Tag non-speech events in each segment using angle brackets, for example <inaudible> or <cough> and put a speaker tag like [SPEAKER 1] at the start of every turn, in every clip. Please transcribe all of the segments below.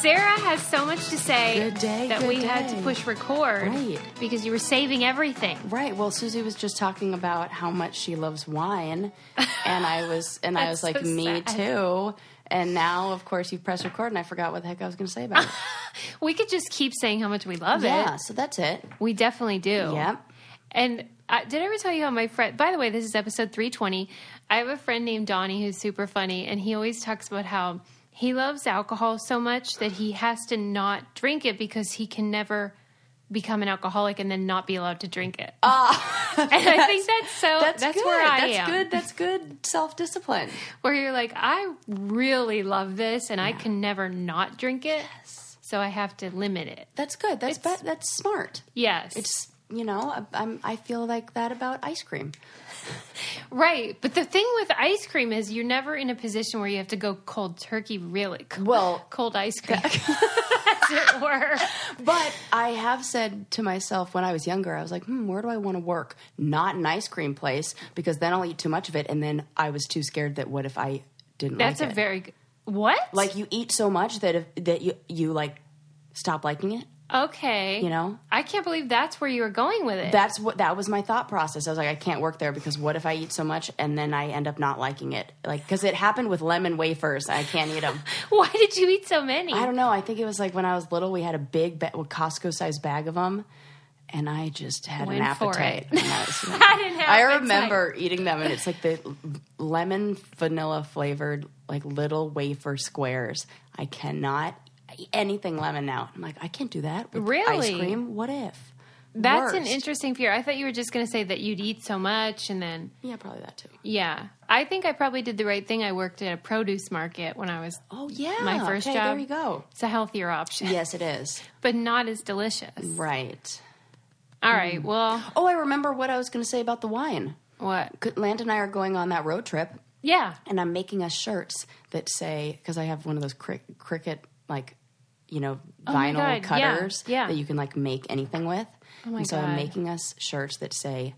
[SPEAKER 1] Sarah has so much to say
[SPEAKER 2] Good day,
[SPEAKER 1] that
[SPEAKER 2] good
[SPEAKER 1] we had to
[SPEAKER 2] day.
[SPEAKER 1] push record
[SPEAKER 2] Right.
[SPEAKER 1] because you were saving everything.
[SPEAKER 2] <laughs> Right. Well, Susie was just talking about how much she loves wine, and I was, and I was
[SPEAKER 1] <laughs> That's
[SPEAKER 2] like,
[SPEAKER 1] so
[SPEAKER 2] me
[SPEAKER 1] sad.
[SPEAKER 2] too. And now, of course, you press record, and I forgot what the heck I was going to say about it.
[SPEAKER 1] We could just keep saying how much we love
[SPEAKER 2] yeah.
[SPEAKER 1] it.
[SPEAKER 2] So that's it.
[SPEAKER 1] We definitely do.
[SPEAKER 2] Yep.
[SPEAKER 1] And I, did I ever tell you how my friend? By the way, this is episode three twenty. I have a friend named Donnie who's super funny, and he always talks about how he loves alcohol so much that he has to not drink it because he can never become an alcoholic and then not be allowed to drink it. <laughs> and I think that's so. Oh, That's,
[SPEAKER 2] Ah. <laughs> That's, good.
[SPEAKER 1] where I
[SPEAKER 2] that's
[SPEAKER 1] am.
[SPEAKER 2] good. That's good self discipline.
[SPEAKER 1] Where you're like, I really love this, and I can never not drink it. So I have to limit it.
[SPEAKER 2] That's good. That's
[SPEAKER 1] It's-
[SPEAKER 2] be- that's smart.
[SPEAKER 1] Yes,
[SPEAKER 2] It's you know I, I'm I feel like that about ice cream.
[SPEAKER 1] Right, but the thing with ice cream is you're never in a position where you have to go cold turkey. Really, cold,
[SPEAKER 2] Well-
[SPEAKER 1] cold ice cream, <laughs> as
[SPEAKER 2] <laughs>
[SPEAKER 1] it were.
[SPEAKER 2] But I have said to myself when I was younger, I was like, hmm, where do I want to work? Not an ice cream place because then I'll eat too much of it, and then I was too scared that what if I didn't?
[SPEAKER 1] That's
[SPEAKER 2] like
[SPEAKER 1] a
[SPEAKER 2] it?
[SPEAKER 1] very g- what?
[SPEAKER 2] like you eat so much that if that you you like stop liking it.
[SPEAKER 1] okay,
[SPEAKER 2] you know?
[SPEAKER 1] I can't believe that's where you were going with it.
[SPEAKER 2] That's what that was my thought process. I was like, I can't work there because what if I eat so much and then I end up not liking it? Like because it happened with lemon wafers, I can't eat them.
[SPEAKER 1] <laughs> Why did you eat so many?
[SPEAKER 2] I don't know. I think it was like when I was little, we had a big ba- Costco sized bag of them, and I just had an
[SPEAKER 1] Went for
[SPEAKER 2] appetite.
[SPEAKER 1] <laughs> it.
[SPEAKER 2] when I, was young.
[SPEAKER 1] I didn't have
[SPEAKER 2] I
[SPEAKER 1] appetite.
[SPEAKER 2] remember eating them, and it's like the lemon vanilla flavored like little wafer squares. I cannot eat anything lemon now. I'm like, I can't do that. With ice
[SPEAKER 1] Really?
[SPEAKER 2] cream? What if?
[SPEAKER 1] That's an
[SPEAKER 2] Worst.
[SPEAKER 1] interesting fear. I thought you were just going to say that you'd eat so much and then
[SPEAKER 2] Yeah, probably that too.
[SPEAKER 1] yeah. I think I probably did the right thing. I worked at a produce market when I was
[SPEAKER 2] Oh yeah,
[SPEAKER 1] my first
[SPEAKER 2] okay,
[SPEAKER 1] job.
[SPEAKER 2] There you go.
[SPEAKER 1] It's a healthier option,
[SPEAKER 2] Yes, it is.
[SPEAKER 1] but not as delicious. <laughs>
[SPEAKER 2] Right.
[SPEAKER 1] All right. Well,
[SPEAKER 2] Oh, I remember what I was going to say about the wine.
[SPEAKER 1] what?
[SPEAKER 2] Land and I are going on that road trip.
[SPEAKER 1] Yeah.
[SPEAKER 2] and I'm making us shirts that say because I have one of those cric- cricket like you know
[SPEAKER 1] Oh my
[SPEAKER 2] vinyl
[SPEAKER 1] God, yeah,
[SPEAKER 2] cutters
[SPEAKER 1] yeah.
[SPEAKER 2] that you can like make anything with.
[SPEAKER 1] Oh my
[SPEAKER 2] and so
[SPEAKER 1] God.
[SPEAKER 2] I'm making us shirts that say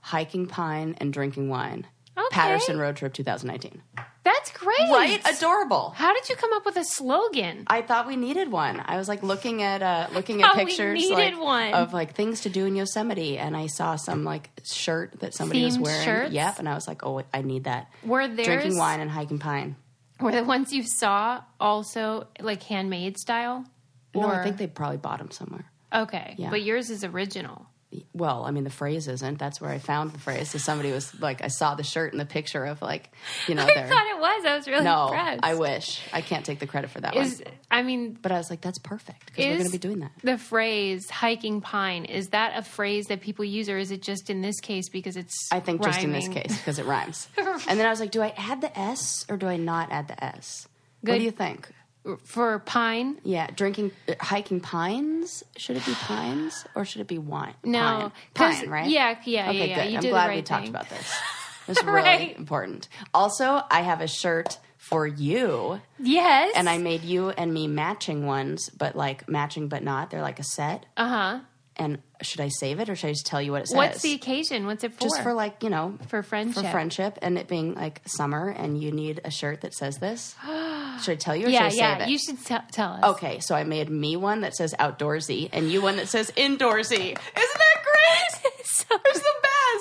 [SPEAKER 2] hiking pine and drinking wine.
[SPEAKER 1] Okay.
[SPEAKER 2] Patterson Road Trip 2019.
[SPEAKER 1] That's great.
[SPEAKER 2] Right? Adorable.
[SPEAKER 1] How did you come up with a slogan?
[SPEAKER 2] I thought we needed one. I was like looking at uh, looking at
[SPEAKER 1] thought we
[SPEAKER 2] pictures
[SPEAKER 1] needed
[SPEAKER 2] like,
[SPEAKER 1] one.
[SPEAKER 2] of like things to do in Yosemite, and I saw some like shirt that somebody was
[SPEAKER 1] Themed
[SPEAKER 2] wearing.
[SPEAKER 1] shirts?
[SPEAKER 2] Yep, and I was like, oh, I need that.
[SPEAKER 1] Were theirs-
[SPEAKER 2] drinking wine and hiking pine?
[SPEAKER 1] Were the ones you saw also like handmade style?
[SPEAKER 2] no, I think they probably bought them somewhere.
[SPEAKER 1] Okay.
[SPEAKER 2] Yeah.
[SPEAKER 1] But yours is original.
[SPEAKER 2] Well, I mean, the phrase isn't. That's where I found the phrase. So somebody was like, I saw the shirt and the picture of like, you
[SPEAKER 1] <laughs>
[SPEAKER 2] know,
[SPEAKER 1] I
[SPEAKER 2] their.
[SPEAKER 1] thought it was. I was really
[SPEAKER 2] No,
[SPEAKER 1] impressed.
[SPEAKER 2] I wish. I can't take the credit for that
[SPEAKER 1] is
[SPEAKER 2] one.
[SPEAKER 1] I mean
[SPEAKER 2] But I was like, that's perfect because we're going
[SPEAKER 1] is
[SPEAKER 2] to be doing that.
[SPEAKER 1] The phrase hiking pine, is that a phrase that people use or is it just in this case because it's
[SPEAKER 2] I think just in this
[SPEAKER 1] rhyming?
[SPEAKER 2] case because
[SPEAKER 1] <laughs>
[SPEAKER 2] it rhymes. and then I was like, do I add the S or do I not add the S? What
[SPEAKER 1] Good.
[SPEAKER 2] do you think?
[SPEAKER 1] For pine?
[SPEAKER 2] Yeah, drinking, uh, hiking pines. Should it be pines or should it be wine?
[SPEAKER 1] No,
[SPEAKER 2] pine,
[SPEAKER 1] 'cause-
[SPEAKER 2] pine right?
[SPEAKER 1] yeah, yeah,
[SPEAKER 2] Okay,
[SPEAKER 1] yeah, yeah.
[SPEAKER 2] good.
[SPEAKER 1] You
[SPEAKER 2] I'm
[SPEAKER 1] did the
[SPEAKER 2] glad we
[SPEAKER 1] right
[SPEAKER 2] talked
[SPEAKER 1] thing.
[SPEAKER 2] about
[SPEAKER 1] <laughs>
[SPEAKER 2] this. This is really
[SPEAKER 1] Right.
[SPEAKER 2] important. Also, I have a shirt for you,
[SPEAKER 1] Yes.
[SPEAKER 2] and I made you and me matching ones, but like matching but not. They're like a set.
[SPEAKER 1] Uh huh.
[SPEAKER 2] And should I save it or should I just tell you what it says?
[SPEAKER 1] What's the occasion? What's it for?
[SPEAKER 2] just for like you know
[SPEAKER 1] For friendship.
[SPEAKER 2] for friendship and it being like summer and you need a shirt that says this
[SPEAKER 1] <gasps>
[SPEAKER 2] should i tell you or
[SPEAKER 1] yeah,
[SPEAKER 2] should i
[SPEAKER 1] yeah.
[SPEAKER 2] save it
[SPEAKER 1] You should t- tell us.
[SPEAKER 2] okay so i made me one that says outdoorsy and you one that says indoorsy isn't that great
[SPEAKER 1] <laughs> so
[SPEAKER 2] it's the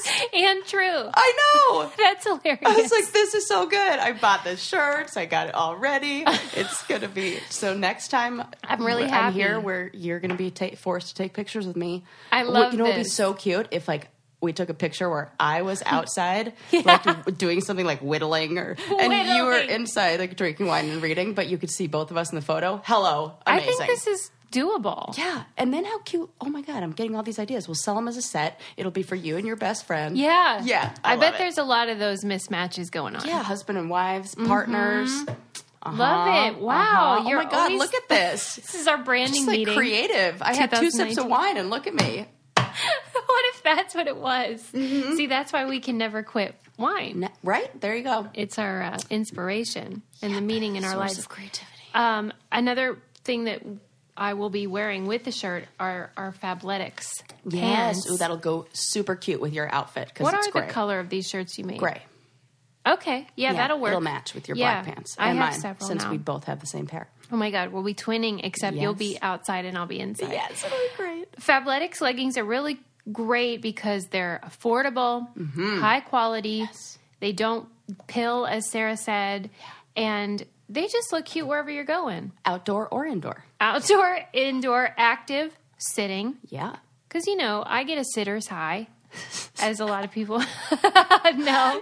[SPEAKER 2] best
[SPEAKER 1] and true.
[SPEAKER 2] i know
[SPEAKER 1] That's hilarious.
[SPEAKER 2] I was like, this is so good. I bought the shirts. I got it all ready. It's going to be. So next time
[SPEAKER 1] I'm really
[SPEAKER 2] I'm
[SPEAKER 1] happy.
[SPEAKER 2] here where you're going to be ta- forced to take pictures with me.
[SPEAKER 1] I
[SPEAKER 2] Well,
[SPEAKER 1] love
[SPEAKER 2] You know what would be
[SPEAKER 1] this.
[SPEAKER 2] so cute if, like, we took a picture where I
[SPEAKER 1] <laughs>
[SPEAKER 2] was outside, like w- doing something like whittling, or and you were
[SPEAKER 1] Whittling.
[SPEAKER 2] inside, like drinking wine and reading. But you could see both of us in the photo. Hello,
[SPEAKER 1] I
[SPEAKER 2] amazing.
[SPEAKER 1] think this is doable.
[SPEAKER 2] yeah, and then how cute! Oh my god, I'm getting all these ideas. We'll sell them as a set. It'll be for you and your best friend.
[SPEAKER 1] Yeah.
[SPEAKER 2] yeah.
[SPEAKER 1] I,
[SPEAKER 2] love
[SPEAKER 1] bet
[SPEAKER 2] it.
[SPEAKER 1] there's a lot of those mismatches going on.
[SPEAKER 2] Yeah, husband and wives, partners. Uh-huh,
[SPEAKER 1] Mm-hmm. Love it. Wow.
[SPEAKER 2] uh-huh.
[SPEAKER 1] You're
[SPEAKER 2] oh my god,
[SPEAKER 1] always-
[SPEAKER 2] look
[SPEAKER 1] <laughs>
[SPEAKER 2] at this.
[SPEAKER 1] This is our branding
[SPEAKER 2] It's like
[SPEAKER 1] meeting.
[SPEAKER 2] creative. I had two sips of
[SPEAKER 1] 2019.
[SPEAKER 2] wine and look at me.
[SPEAKER 1] <laughs> what if that's what it was?
[SPEAKER 2] Mm-hmm.
[SPEAKER 1] See, that's why we can never quit wine.
[SPEAKER 2] N- Right? There you go.
[SPEAKER 1] It's our uh, inspiration and the meaning in our
[SPEAKER 2] Source
[SPEAKER 1] lives.
[SPEAKER 2] of creativity.
[SPEAKER 1] Um, another thing that I will be wearing with the shirt are our Fabletics pants.
[SPEAKER 2] Yes. Ooh, that'll go super cute with your outfit because
[SPEAKER 1] what
[SPEAKER 2] it's
[SPEAKER 1] are
[SPEAKER 2] gray.
[SPEAKER 1] the color of these shirts you made?
[SPEAKER 2] Gray.
[SPEAKER 1] Okay, yeah,
[SPEAKER 2] Yeah,
[SPEAKER 1] that'll work.
[SPEAKER 2] It'll match with your
[SPEAKER 1] Yeah.
[SPEAKER 2] black pants
[SPEAKER 1] I
[SPEAKER 2] and
[SPEAKER 1] have
[SPEAKER 2] mine
[SPEAKER 1] several
[SPEAKER 2] since
[SPEAKER 1] now.
[SPEAKER 2] we both have the same pair.
[SPEAKER 1] Oh my God, we'll be twinning, except you'll be
[SPEAKER 2] Yes.
[SPEAKER 1] outside and I'll be inside.
[SPEAKER 2] Yes, it'll be great.
[SPEAKER 1] Fabletics leggings are really great because they're affordable, high quality. They don't pill, as Sarah said, and they just look cute wherever you're going.
[SPEAKER 2] Outdoor or indoor?
[SPEAKER 1] Outdoor, indoor, active, sitting.
[SPEAKER 2] Yeah.
[SPEAKER 1] Because, you know, I get a sitter's high, as a lot of people <laughs> know.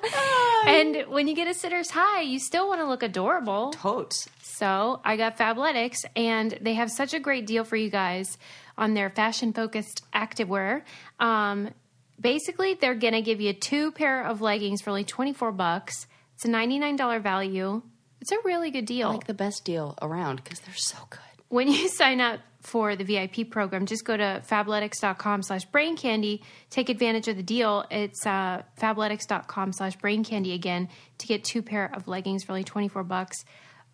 [SPEAKER 1] And when you get a sitter's high, you still want to look adorable.
[SPEAKER 2] Totes.
[SPEAKER 1] So I got Fabletics, and they have such a great deal for you guys on their fashion focused activewear. Um, basically, they're going to give you two pair of leggings for only 24 bucks. It's a $99 value. It's a really good deal.
[SPEAKER 2] Like the best deal around because they're so good.
[SPEAKER 1] when you <laughs> sign up for the VIP program, just go to fabletics.com slash brain candy. Take advantage of the deal. It's uh, fabletics.com slash brain candy again to get two pair of leggings for only 24 bucks.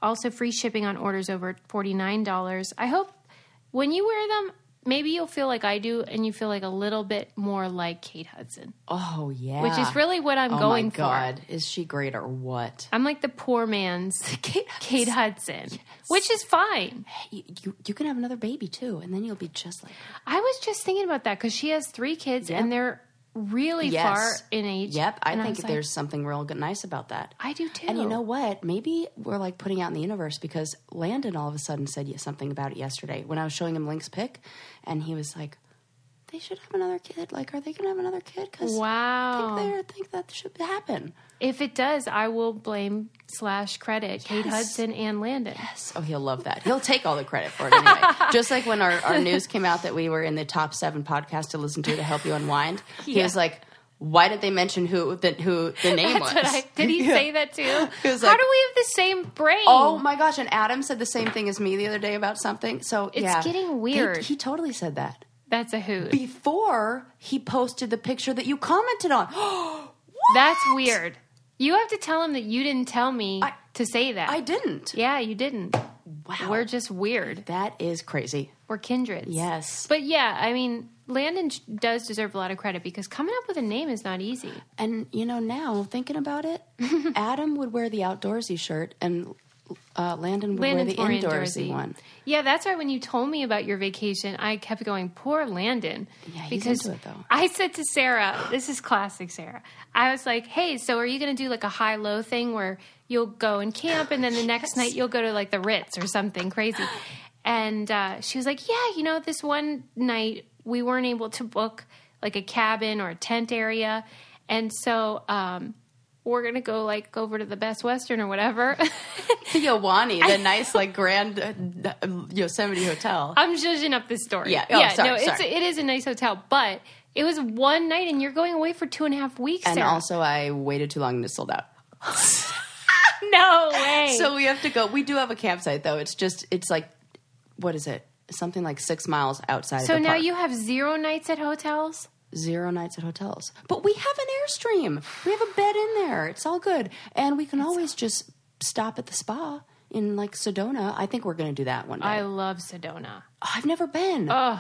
[SPEAKER 1] Also free shipping on orders over $49. I hope when you wear them, maybe you'll feel like I do and you feel like a little bit more like Kate Hudson,
[SPEAKER 2] Oh yeah.
[SPEAKER 1] which is really what I'm
[SPEAKER 2] oh
[SPEAKER 1] going
[SPEAKER 2] my
[SPEAKER 1] for.
[SPEAKER 2] god. Is she great or what?
[SPEAKER 1] I'm like the poor man's <laughs>
[SPEAKER 2] Kate,
[SPEAKER 1] Kate Hudson, which is fine.
[SPEAKER 2] you, you, you can have another baby too, and then you'll be just like her.
[SPEAKER 1] I was just thinking about that because she has three kids
[SPEAKER 2] Yep.
[SPEAKER 1] and they're really
[SPEAKER 2] Yes.
[SPEAKER 1] far in age.
[SPEAKER 2] Yep. I
[SPEAKER 1] And
[SPEAKER 2] think
[SPEAKER 1] was like,
[SPEAKER 2] there's something real good, nice about that.
[SPEAKER 1] I do too.
[SPEAKER 2] And you know what? Maybe we're like putting out in the universe because Landon all of a sudden said yes- something about it yesterday when I was showing him Link's pick, and he was like, "They should have another kid. Like, are they going to have another kid? Because
[SPEAKER 1] Wow.
[SPEAKER 2] I think, they think that should happen."
[SPEAKER 1] if it does, I will blame slash credit Kate
[SPEAKER 2] Yes.
[SPEAKER 1] Hudson and Landon.
[SPEAKER 2] Yes. Oh, he'll love that. He'll take all the credit for it
[SPEAKER 1] <laughs>
[SPEAKER 2] anyway. Just like when our, our news came out that we were in the top seven podcast to listen to to help you unwind, he
[SPEAKER 1] Yeah.
[SPEAKER 2] was like, "Why did they mention who the who
[SPEAKER 1] <laughs>
[SPEAKER 2] the name
[SPEAKER 1] That's
[SPEAKER 2] was?"
[SPEAKER 1] what I, did he say that too?
[SPEAKER 2] <laughs> He was
[SPEAKER 1] How
[SPEAKER 2] like-
[SPEAKER 1] do we have the same brain?
[SPEAKER 2] Oh my gosh! And Adam said the same thing as me the other day about something. So it's
[SPEAKER 1] getting weird.
[SPEAKER 2] He, totally said that
[SPEAKER 1] That's a hoot.
[SPEAKER 2] before he posted the picture that you commented on. <gasps>
[SPEAKER 1] That's weird. You have to tell him that you didn't tell me
[SPEAKER 2] I-
[SPEAKER 1] to say that.
[SPEAKER 2] I didn't.
[SPEAKER 1] yeah, you didn't.
[SPEAKER 2] Wow,
[SPEAKER 1] We're just weird.
[SPEAKER 2] that is crazy.
[SPEAKER 1] We're kindreds.
[SPEAKER 2] Yes,
[SPEAKER 1] But yeah, I mean, Landon j- does deserve a lot of credit because coming up with a name is not easy.
[SPEAKER 2] and you know now thinking about <laughs> it, Adam would wear the outdoorsy shirt, and uh, Landon would
[SPEAKER 1] Landon's
[SPEAKER 2] wear
[SPEAKER 1] more
[SPEAKER 2] the indoorsy,
[SPEAKER 1] indoorsy.
[SPEAKER 2] one.
[SPEAKER 1] Yeah, that's why when you told me about your vacation, I kept going, poor Landon.
[SPEAKER 2] Yeah, he's
[SPEAKER 1] because
[SPEAKER 2] into it, though.
[SPEAKER 1] I said to Sarah, this is classic Sarah. I was like, hey, so are you going to do like a high low thing where you'll go and camp and then the
[SPEAKER 2] <laughs>
[SPEAKER 1] next night you'll go to like the Ritz or something
[SPEAKER 2] <gasps>
[SPEAKER 1] crazy? And uh, she was like, yeah, you know, this one night we weren't able to book like a cabin or a tent area. And so, um, we're gonna go like over to the Best Western or whatever. <laughs>
[SPEAKER 2] The <laughs> Yawani, the <laughs> nice like grand uh, Yosemite hotel.
[SPEAKER 1] I'm judging up this story.
[SPEAKER 2] Yeah. Oh, sorry,
[SPEAKER 1] no, it's
[SPEAKER 2] sorry.
[SPEAKER 1] it is a nice hotel, but it was one night, and you're going away for two and a half weeks.
[SPEAKER 2] and
[SPEAKER 1] Sarah.
[SPEAKER 2] also, I waited too long and it sold out.
[SPEAKER 1] <laughs> no way.
[SPEAKER 2] So we have to go. We do have a campsite though. It's just it's like what is it? Something like six miles outside.
[SPEAKER 1] so
[SPEAKER 2] of the
[SPEAKER 1] now
[SPEAKER 2] park.
[SPEAKER 1] you have zero nights at hotels.
[SPEAKER 2] zero nights at hotels, but we have an airstream. We have a bed in there. It's all good, and we can always just stop at the spa in like Sedona. I think we're going to do that one day.
[SPEAKER 1] I
[SPEAKER 2] oh,
[SPEAKER 1] love Sedona.
[SPEAKER 2] I've never been.
[SPEAKER 1] Ugh.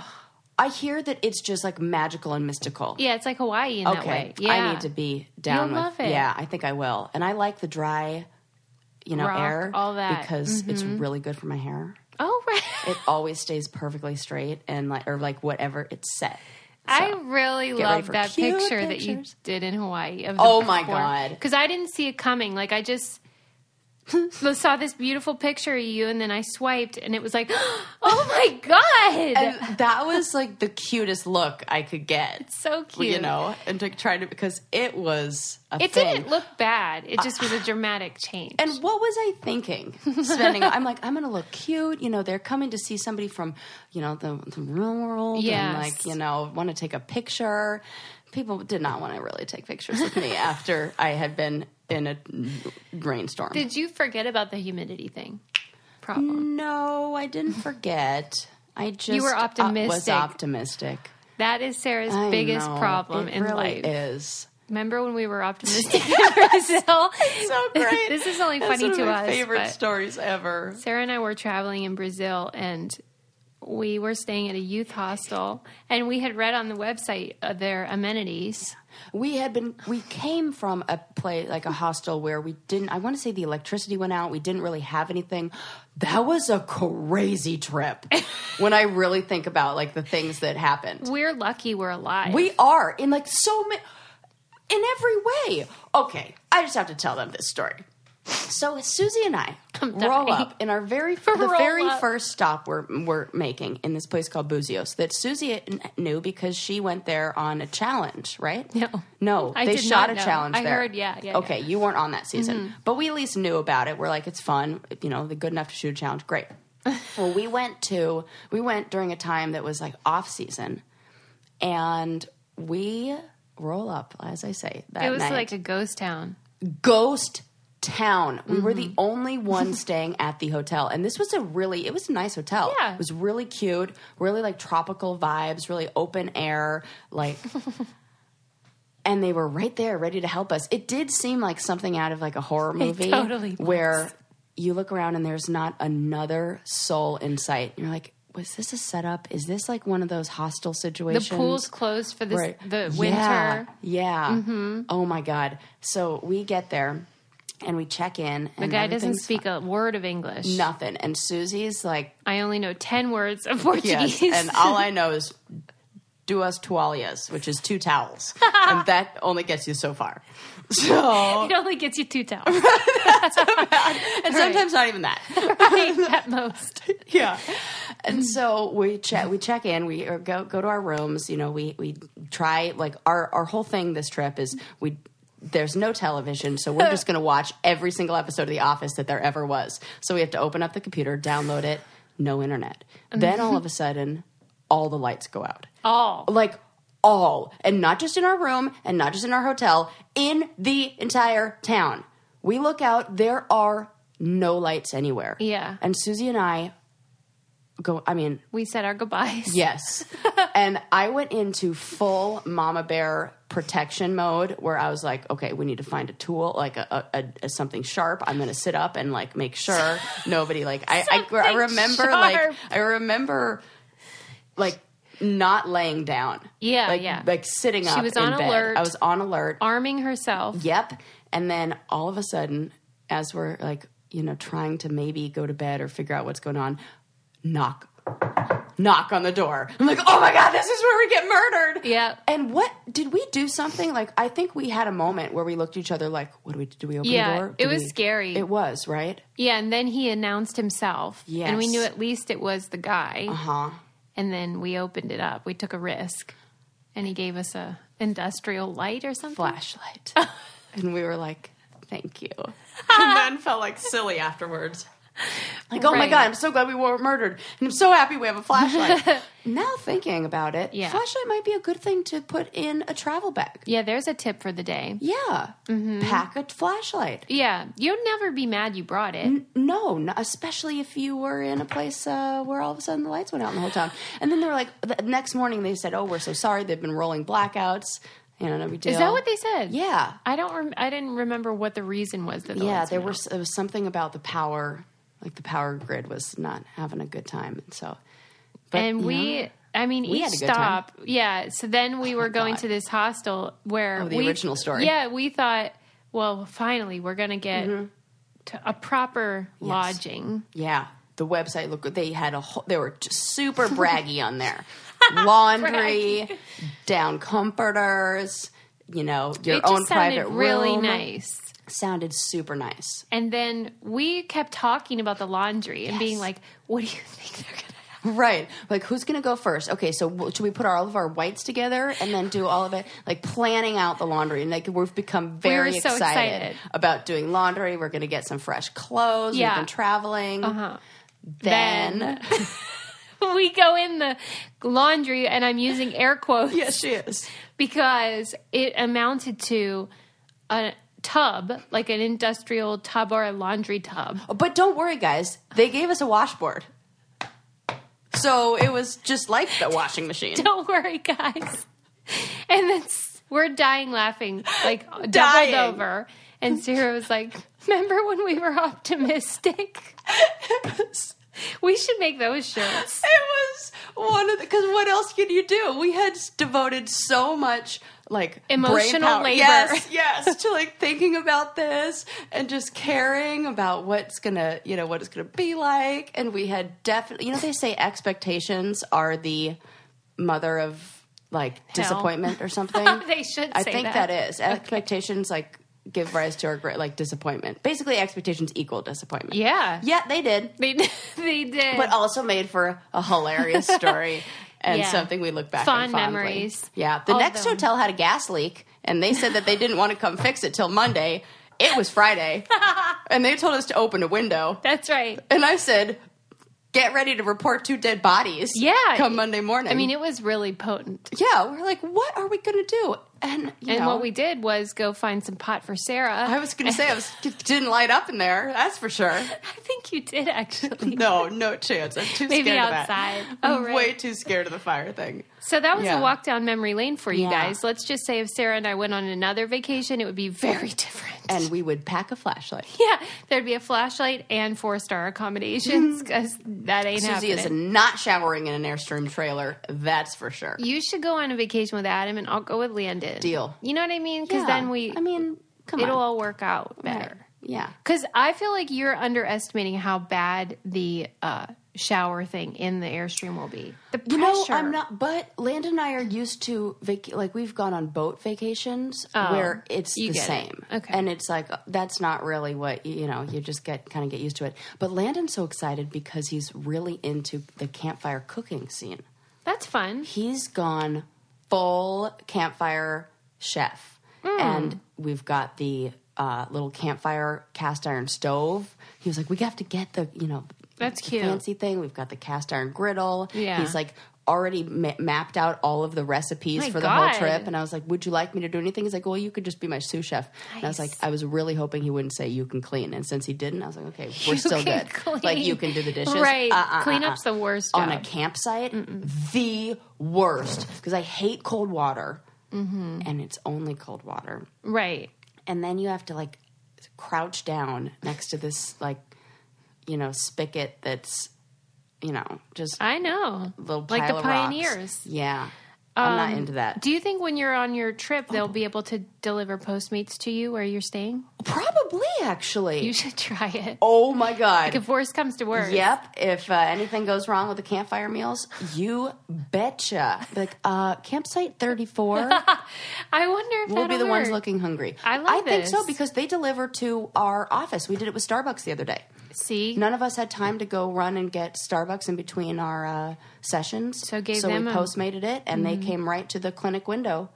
[SPEAKER 2] I hear that it's just like magical and mystical.
[SPEAKER 1] Yeah, it's like Hawaii in that way.
[SPEAKER 2] Okay,
[SPEAKER 1] Yeah,
[SPEAKER 2] I need to be
[SPEAKER 1] You'll
[SPEAKER 2] down with.
[SPEAKER 1] love it.
[SPEAKER 2] Yeah, I think I will, and I like the dry, you know,
[SPEAKER 1] Rock,
[SPEAKER 2] air
[SPEAKER 1] all that. Mm-hmm.
[SPEAKER 2] because it's really good for my hair.
[SPEAKER 1] Oh right.
[SPEAKER 2] it always stays perfectly straight and like or like whatever it's set.
[SPEAKER 1] <laughs> I really
[SPEAKER 2] uh, ready
[SPEAKER 1] love
[SPEAKER 2] for
[SPEAKER 1] that
[SPEAKER 2] cute
[SPEAKER 1] picture that you
[SPEAKER 2] pictures.
[SPEAKER 1] did in Hawaii. Of
[SPEAKER 2] Oh, my God.
[SPEAKER 1] Because I didn't see it coming. Like I
[SPEAKER 2] <laughs>
[SPEAKER 1] just saw this beautiful picture of you, and then I swiped, and it was
[SPEAKER 2] <laughs>
[SPEAKER 1] like, <gasps> oh my god,
[SPEAKER 2] And that was like the cutest look I could get.
[SPEAKER 1] so cute.
[SPEAKER 2] You know, and to try to because it was a
[SPEAKER 1] It
[SPEAKER 2] thing. Uh,
[SPEAKER 1] didn't look bad. It just was a dramatic change.
[SPEAKER 2] and what was I thinking?
[SPEAKER 1] <laughs>
[SPEAKER 2] Spending, I'm like, I'm gonna look cute. You know, they're coming to see somebody from, you know, the, the real world.
[SPEAKER 1] Yes.
[SPEAKER 2] And like, you know, want to take a picture. People did not want to really take pictures
[SPEAKER 1] <laughs>
[SPEAKER 2] with me after I had been in a rainstorm.
[SPEAKER 1] Did you forget about the humidity thing?
[SPEAKER 2] Mm,
[SPEAKER 1] Problem.
[SPEAKER 2] No, I didn't forget. I just
[SPEAKER 1] were
[SPEAKER 2] uh, was
[SPEAKER 1] optimistic.
[SPEAKER 2] optimistic.
[SPEAKER 1] That is Sarah's
[SPEAKER 2] I
[SPEAKER 1] biggest
[SPEAKER 2] know.
[SPEAKER 1] problem
[SPEAKER 2] It
[SPEAKER 1] in
[SPEAKER 2] really
[SPEAKER 1] life.
[SPEAKER 2] Is
[SPEAKER 1] Remember when we were
[SPEAKER 2] <laughs>
[SPEAKER 1] optimistic in Brazil?
[SPEAKER 2] so
[SPEAKER 1] <laughs>
[SPEAKER 2] great.
[SPEAKER 1] this is only
[SPEAKER 2] That's
[SPEAKER 1] funny
[SPEAKER 2] one of
[SPEAKER 1] to
[SPEAKER 2] my
[SPEAKER 1] us.
[SPEAKER 2] Favorite
[SPEAKER 1] but
[SPEAKER 2] stories ever.
[SPEAKER 1] Sarah and I were traveling in Brazil and we were staying at a youth hostel and we had read on the website uh, their amenities.
[SPEAKER 2] We had been we came from a play like a hostel where we didn't I want to say the electricity went out, we didn't really have anything. That was a crazy trip. when I really think about like the things that happened.
[SPEAKER 1] We're lucky we're alive.
[SPEAKER 2] We are in like so many in every way. Okay, I just have to tell them this story. So Susie
[SPEAKER 1] <laughs>
[SPEAKER 2] and I roll
[SPEAKER 1] dying.
[SPEAKER 2] up in
[SPEAKER 1] <laughs>
[SPEAKER 2] our very the
[SPEAKER 1] Roll
[SPEAKER 2] very
[SPEAKER 1] up.
[SPEAKER 2] first stop we're we're making in this place called Buzios that Susie kn- knew because she went there on a challenge, right?
[SPEAKER 1] No.
[SPEAKER 2] no,
[SPEAKER 1] <laughs> I
[SPEAKER 2] they
[SPEAKER 1] did not
[SPEAKER 2] shot a
[SPEAKER 1] know.
[SPEAKER 2] challenge.
[SPEAKER 1] I
[SPEAKER 2] there.
[SPEAKER 1] heard, yeah, yeah, Mm-hmm.
[SPEAKER 2] Okay, you weren't on that season, but we at least knew about it. We're like, it's fun, you know, they're good enough to shoot a
[SPEAKER 1] <laughs>
[SPEAKER 2] challenge. Great. well, we went to we went during a time that was like off season, and we roll up as I say. That
[SPEAKER 1] it was
[SPEAKER 2] night
[SPEAKER 1] like a ghost town.
[SPEAKER 2] ghost town. We were
[SPEAKER 1] Mm-hmm.
[SPEAKER 2] the
[SPEAKER 1] <laughs>
[SPEAKER 2] only ones staying at the hotel. And this was a really it was a nice hotel.
[SPEAKER 1] Yeah.
[SPEAKER 2] It was really cute, really like tropical vibes, really open air,
[SPEAKER 1] <laughs>
[SPEAKER 2] like and they were right there ready to help us. It did seem like something out of like a horror movie
[SPEAKER 1] totally was.
[SPEAKER 2] where you look around and there's not another soul in sight. And you're like, was this a setup? Is this like one of those hostile
[SPEAKER 1] The
[SPEAKER 2] situations?
[SPEAKER 1] pool's closed for this, the winter. Mm-hmm.
[SPEAKER 2] Yeah. yeah. Oh my God. So we get there and we check in.
[SPEAKER 1] The
[SPEAKER 2] And
[SPEAKER 1] guy doesn't
[SPEAKER 2] everything's
[SPEAKER 1] speak a word of English.
[SPEAKER 2] nothing. And Susie's like,
[SPEAKER 1] I only know 10 words of <laughs>
[SPEAKER 2] yes.
[SPEAKER 1] Portuguese.
[SPEAKER 2] and all I know is duas toalhas, which is
[SPEAKER 1] <laughs>
[SPEAKER 2] two towels. and that only gets you so far. So,
[SPEAKER 1] it only gets you two towels
[SPEAKER 2] and sometimes not even that.
[SPEAKER 1] <laughs> right, at
[SPEAKER 2] <laughs>
[SPEAKER 1] most.
[SPEAKER 2] yeah. And so we check we check in, we or go go to our rooms, you know, we we try like our our whole thing this trip is we there's no television, so we're just going to watch every single episode of The Office that there ever was. So we have to open up the computer, download it, no internet. Then all of a sudden, all the lights go out.
[SPEAKER 1] All.
[SPEAKER 2] Like all, and not just in our room and not just in our hotel, in the entire town. We look out, there are no lights anywhere.
[SPEAKER 1] Yeah.
[SPEAKER 2] And Susie and I go, I mean,
[SPEAKER 1] We said our goodbyes.
[SPEAKER 2] yes.
[SPEAKER 1] <laughs>
[SPEAKER 2] and I went into full mama bear protection mode where I was like, okay, we need to find a tool, like a, a, a, a something sharp. I'm going to sit up and like make sure
[SPEAKER 1] <laughs>
[SPEAKER 2] nobody, like, I, I, I
[SPEAKER 1] Something
[SPEAKER 2] remember,
[SPEAKER 1] sharp.
[SPEAKER 2] like, I remember, like, not laying down.
[SPEAKER 1] Yeah,
[SPEAKER 2] like,
[SPEAKER 1] yeah.
[SPEAKER 2] Like sitting up.
[SPEAKER 1] was
[SPEAKER 2] in
[SPEAKER 1] on
[SPEAKER 2] bed.
[SPEAKER 1] alert.
[SPEAKER 2] I was on alert.
[SPEAKER 1] Arming herself.
[SPEAKER 2] Yep. And then all of a sudden, as we're like, you know, trying to maybe go to bed or figure out what's going on, knock, knock on the door. I'm like, oh my God, this is where we get murdered.
[SPEAKER 1] Yeah.
[SPEAKER 2] And what did we do something? Like, I think we had a moment where we looked at each other like, what do we do? We open
[SPEAKER 1] Yeah,
[SPEAKER 2] the door?
[SPEAKER 1] it
[SPEAKER 2] Did
[SPEAKER 1] was
[SPEAKER 2] we-
[SPEAKER 1] scary.
[SPEAKER 2] It was, right?
[SPEAKER 1] Yeah, and then he announced himself. And we
[SPEAKER 2] Yes.
[SPEAKER 1] knew at least it was the guy.
[SPEAKER 2] Uh huh.
[SPEAKER 1] And then we opened it up. We took a risk. And he gave us a industrial light or something.
[SPEAKER 2] <laughs> Flashlight. and we were like, thank you. <laughs> and then felt like silly afterwards. Like, oh my
[SPEAKER 1] Right.
[SPEAKER 2] God, I'm so glad we weren't murdered. And I'm so happy we have a <laughs> flashlight. now, thinking about it,
[SPEAKER 1] Yeah.
[SPEAKER 2] flashlight might be a good thing to put in a travel bag.
[SPEAKER 1] Yeah, there's a tip for the day.
[SPEAKER 2] Yeah. Pack a flashlight.
[SPEAKER 1] Yeah, you'll never be mad you brought it.
[SPEAKER 2] No, no, especially if you were in a place uh, where all of a sudden the lights went out in the whole town. And then they were like, the next morning they said, oh, we're so sorry. They've been rolling blackouts. You know, no big deal.
[SPEAKER 1] Is that what they said?
[SPEAKER 2] Yeah.
[SPEAKER 1] I don't. Rem- I didn't remember what the reason was that. The
[SPEAKER 2] yeah,
[SPEAKER 1] lights
[SPEAKER 2] there
[SPEAKER 1] went
[SPEAKER 2] was there was something about the power, like the power grid was not having a good time, and so.
[SPEAKER 1] out. and
[SPEAKER 2] you
[SPEAKER 1] we.
[SPEAKER 2] know,
[SPEAKER 1] I mean,
[SPEAKER 2] we
[SPEAKER 1] each
[SPEAKER 2] had a good time.
[SPEAKER 1] stop. Yeah. So then we were going
[SPEAKER 2] God.
[SPEAKER 1] to this hostel where
[SPEAKER 2] Oh, the
[SPEAKER 1] we-
[SPEAKER 2] original story.
[SPEAKER 1] Yeah, we thought, well, finally, we're going to get
[SPEAKER 2] Mm-hmm.
[SPEAKER 1] to a proper lodging.
[SPEAKER 2] yeah, the website looked. good. They had a whole, they were just super braggy
[SPEAKER 1] <laughs>
[SPEAKER 2] on there, laundry, down comforters, you know, your
[SPEAKER 1] it
[SPEAKER 2] own
[SPEAKER 1] just sounded
[SPEAKER 2] private
[SPEAKER 1] really
[SPEAKER 2] room.
[SPEAKER 1] nice.
[SPEAKER 2] Sounded super nice.
[SPEAKER 1] And then we kept talking about the laundry and being like, "What do you think they're going to?"
[SPEAKER 2] Right. Like, who's going to go first? Okay, so w- should we put all of our whites together and then do all of it? Like, planning out the laundry. And, like, we've become very
[SPEAKER 1] so
[SPEAKER 2] excited,
[SPEAKER 1] excited.
[SPEAKER 2] about doing laundry. We're going to get some fresh clothes.
[SPEAKER 1] Yeah.
[SPEAKER 2] We've been traveling.
[SPEAKER 1] Uh-huh.
[SPEAKER 2] Then.
[SPEAKER 1] <laughs> we go in the laundry, and I'm using air quotes.
[SPEAKER 2] yes, she is.
[SPEAKER 1] because it amounted to a tub, like an industrial tub or a laundry tub.
[SPEAKER 2] Oh, But don't worry, guys. They gave us a washboard. So it was just like the washing machine.
[SPEAKER 1] Don't worry, guys. And then s- we're dying laughing, like
[SPEAKER 2] <gasps> Dying.
[SPEAKER 1] doubled over. And Sarah was like, "Remember when we were optimistic?" <laughs> We should make those shirts.
[SPEAKER 2] It was one of the because what else can you do? We had s- devoted so much like brain
[SPEAKER 1] Emotional
[SPEAKER 2] power-
[SPEAKER 1] labor.
[SPEAKER 2] yes, yes, to like thinking about this and just caring about what's gonna, you know, what it's gonna be like. And we had definitely, you know, they say expectations are the mother of like
[SPEAKER 1] Hell. <laughs>
[SPEAKER 2] disappointment or something.
[SPEAKER 1] They should
[SPEAKER 2] I
[SPEAKER 1] say
[SPEAKER 2] think
[SPEAKER 1] that.
[SPEAKER 2] that is expectations like give rise to our great like disappointment. Basically, expectations equal disappointment.
[SPEAKER 1] Yeah.
[SPEAKER 2] yeah, they did
[SPEAKER 1] They, <laughs> they did.
[SPEAKER 2] but also made for a hilarious
[SPEAKER 1] <laughs>
[SPEAKER 2] story and
[SPEAKER 1] Yeah.
[SPEAKER 2] something we look back
[SPEAKER 1] Fond
[SPEAKER 2] on fondly.
[SPEAKER 1] memories.
[SPEAKER 2] Yeah, the
[SPEAKER 1] All of
[SPEAKER 2] next
[SPEAKER 1] them.
[SPEAKER 2] hotel had a gas leak, and they said that they didn't want to come fix it till Monday. It
[SPEAKER 1] <laughs>
[SPEAKER 2] was Friday, and they told us to open a window,
[SPEAKER 1] That's right.
[SPEAKER 2] and I said, "Get ready to report two dead bodies."
[SPEAKER 1] Yeah.
[SPEAKER 2] come Monday morning.
[SPEAKER 1] I mean, it was really potent.
[SPEAKER 2] yeah, we're like, what are we going to do? And you
[SPEAKER 1] And
[SPEAKER 2] know,
[SPEAKER 1] what we did was go find some pot for Sarah.
[SPEAKER 2] I was going to say,
[SPEAKER 1] <laughs>
[SPEAKER 2] I was, it didn't light up in there. That's for sure.
[SPEAKER 1] I think you did actually.
[SPEAKER 2] No, no chance. I'm
[SPEAKER 1] <laughs>
[SPEAKER 2] too
[SPEAKER 1] Maybe
[SPEAKER 2] scared
[SPEAKER 1] outside.
[SPEAKER 2] <laughs> of that.
[SPEAKER 1] Oh,
[SPEAKER 2] I'm
[SPEAKER 1] right.
[SPEAKER 2] way too scared of the fire thing.
[SPEAKER 1] So that was
[SPEAKER 2] Yeah.
[SPEAKER 1] a walk down memory lane for you
[SPEAKER 2] Yeah.
[SPEAKER 1] guys. Let's just say if Sarah and I went on another vacation, it would be very <laughs> different.
[SPEAKER 2] and we would pack a flashlight.
[SPEAKER 1] yeah, there'd be a flashlight and four star accommodations because that ain't
[SPEAKER 2] Mm-hmm. Susie is
[SPEAKER 1] happening.
[SPEAKER 2] not showering in an Airstream trailer. That's for sure.
[SPEAKER 1] you should go on a vacation with Adam, and I'll go with Landon.
[SPEAKER 2] Deal.
[SPEAKER 1] You know what I mean? Because
[SPEAKER 2] Yeah.
[SPEAKER 1] then we,
[SPEAKER 2] I mean, come
[SPEAKER 1] it'll
[SPEAKER 2] on.
[SPEAKER 1] all work out better.
[SPEAKER 2] Yeah.
[SPEAKER 1] Because I feel like you're underestimating how bad the uh, shower thing in the airstream will be. The pressure.
[SPEAKER 2] You know, I'm not. But Landon and I are used to vac- like we've gone on boat vacations where it's
[SPEAKER 1] Oh, you
[SPEAKER 2] the
[SPEAKER 1] get it.
[SPEAKER 2] same.
[SPEAKER 1] Okay.
[SPEAKER 2] and it's like uh, that's not really what you know. You just get kind of get used to it. But Landon's so excited because he's really into the campfire cooking scene.
[SPEAKER 1] That's fun.
[SPEAKER 2] he's gone full campfire chef
[SPEAKER 1] Hmm.
[SPEAKER 2] and we've got the uh, little campfire cast iron stove he was like we have to get the you know
[SPEAKER 1] That's
[SPEAKER 2] the
[SPEAKER 1] cute.
[SPEAKER 2] fancy thing we've got the cast iron griddle
[SPEAKER 1] Yeah.
[SPEAKER 2] he's like already ma- mapped out all of the recipes
[SPEAKER 1] My
[SPEAKER 2] for the
[SPEAKER 1] God.
[SPEAKER 2] whole trip and i was like would you like me to do anything he's like well you could just be my sous chef and i was like
[SPEAKER 1] Nice.
[SPEAKER 2] i was really hoping he wouldn't say you can clean and since he didn't i was like okay
[SPEAKER 1] <laughs>
[SPEAKER 2] we're
[SPEAKER 1] You
[SPEAKER 2] still
[SPEAKER 1] can
[SPEAKER 2] good like you
[SPEAKER 1] clean.
[SPEAKER 2] can do the dishes
[SPEAKER 1] Right.
[SPEAKER 2] Uh-uh,
[SPEAKER 1] Cleanup's
[SPEAKER 2] uh-uh
[SPEAKER 1] the worst
[SPEAKER 2] on a
[SPEAKER 1] job.
[SPEAKER 2] campsite the worst because i hate cold water
[SPEAKER 1] Mm-hmm.
[SPEAKER 2] and it's only cold water
[SPEAKER 1] Right.
[SPEAKER 2] and then you have to like crouch down next to this like you know spigot that's you know just
[SPEAKER 1] I know.
[SPEAKER 2] little pile
[SPEAKER 1] Uh, like the
[SPEAKER 2] of rocks.
[SPEAKER 1] pioneers. Um,
[SPEAKER 2] yeah i'm not into that
[SPEAKER 1] Do you think when you're on your trip, they'll be able to deliver Postmates to you where you're staying?
[SPEAKER 2] probably actually
[SPEAKER 1] You should <laughs> try it.
[SPEAKER 2] oh my god
[SPEAKER 1] If worse comes to worse.
[SPEAKER 2] Yep. If uh, anything goes wrong with the campfire meals, you betcha. Be Like uh, campsite thirty four.
[SPEAKER 1] <laughs> I wonder if
[SPEAKER 2] We'll be
[SPEAKER 1] that'll
[SPEAKER 2] the ones
[SPEAKER 1] work.
[SPEAKER 2] looking hungry.
[SPEAKER 1] I love
[SPEAKER 2] I think so
[SPEAKER 1] this.
[SPEAKER 2] because they deliver to our office. We did it with Starbucks the other day.
[SPEAKER 1] See?
[SPEAKER 2] None of us had time to go run and get Starbucks in between our uh, sessions.
[SPEAKER 1] So gave
[SPEAKER 2] we
[SPEAKER 1] them a- Mm-hmm.
[SPEAKER 2] postmated it, and they came right to the clinic window.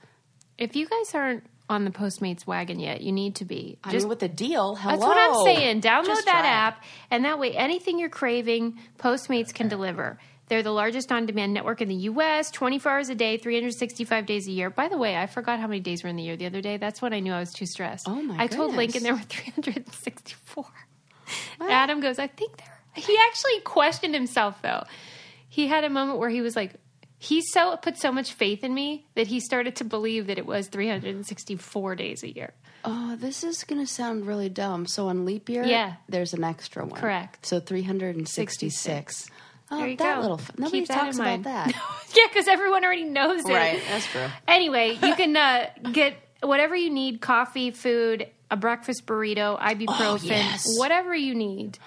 [SPEAKER 1] If you guys aren't on the Postmates wagon yet, you need to be.
[SPEAKER 2] I
[SPEAKER 1] Just
[SPEAKER 2] mean, with a deal, hello.
[SPEAKER 1] that's what I'm saying. Download
[SPEAKER 2] Just
[SPEAKER 1] that
[SPEAKER 2] try it.
[SPEAKER 1] app, and that way, anything you're craving, Postmates can deliver. They're the largest on demand network in the U.S., 24 hours a day, 365 days a year. By the way, I forgot how many days were in the year the other day. That's when I knew I was too stressed.
[SPEAKER 2] Oh, my
[SPEAKER 1] I told Lincoln
[SPEAKER 2] goodness.
[SPEAKER 1] there were 364. Adam goes, I think there. He actually questioned himself, though. He had a moment where he was like, he so put so much faith in me that he started to believe that it was 364 days a year.
[SPEAKER 2] Oh, this is going to sound really dumb. So on leap year,
[SPEAKER 1] Yeah.
[SPEAKER 2] there's an extra one.
[SPEAKER 1] Correct.
[SPEAKER 2] So 366. Oh,
[SPEAKER 1] There you
[SPEAKER 2] that
[SPEAKER 1] go.
[SPEAKER 2] little f- nobody
[SPEAKER 1] Keep that
[SPEAKER 2] talks
[SPEAKER 1] in
[SPEAKER 2] about
[SPEAKER 1] mind. <laughs>
[SPEAKER 2] that.
[SPEAKER 1] yeah, because everyone already knows it.
[SPEAKER 2] Right, that's true.
[SPEAKER 1] Anyway, you can uh, get whatever you need coffee, food, a breakfast burrito, ibuprofen,
[SPEAKER 2] yes.
[SPEAKER 1] whatever you need.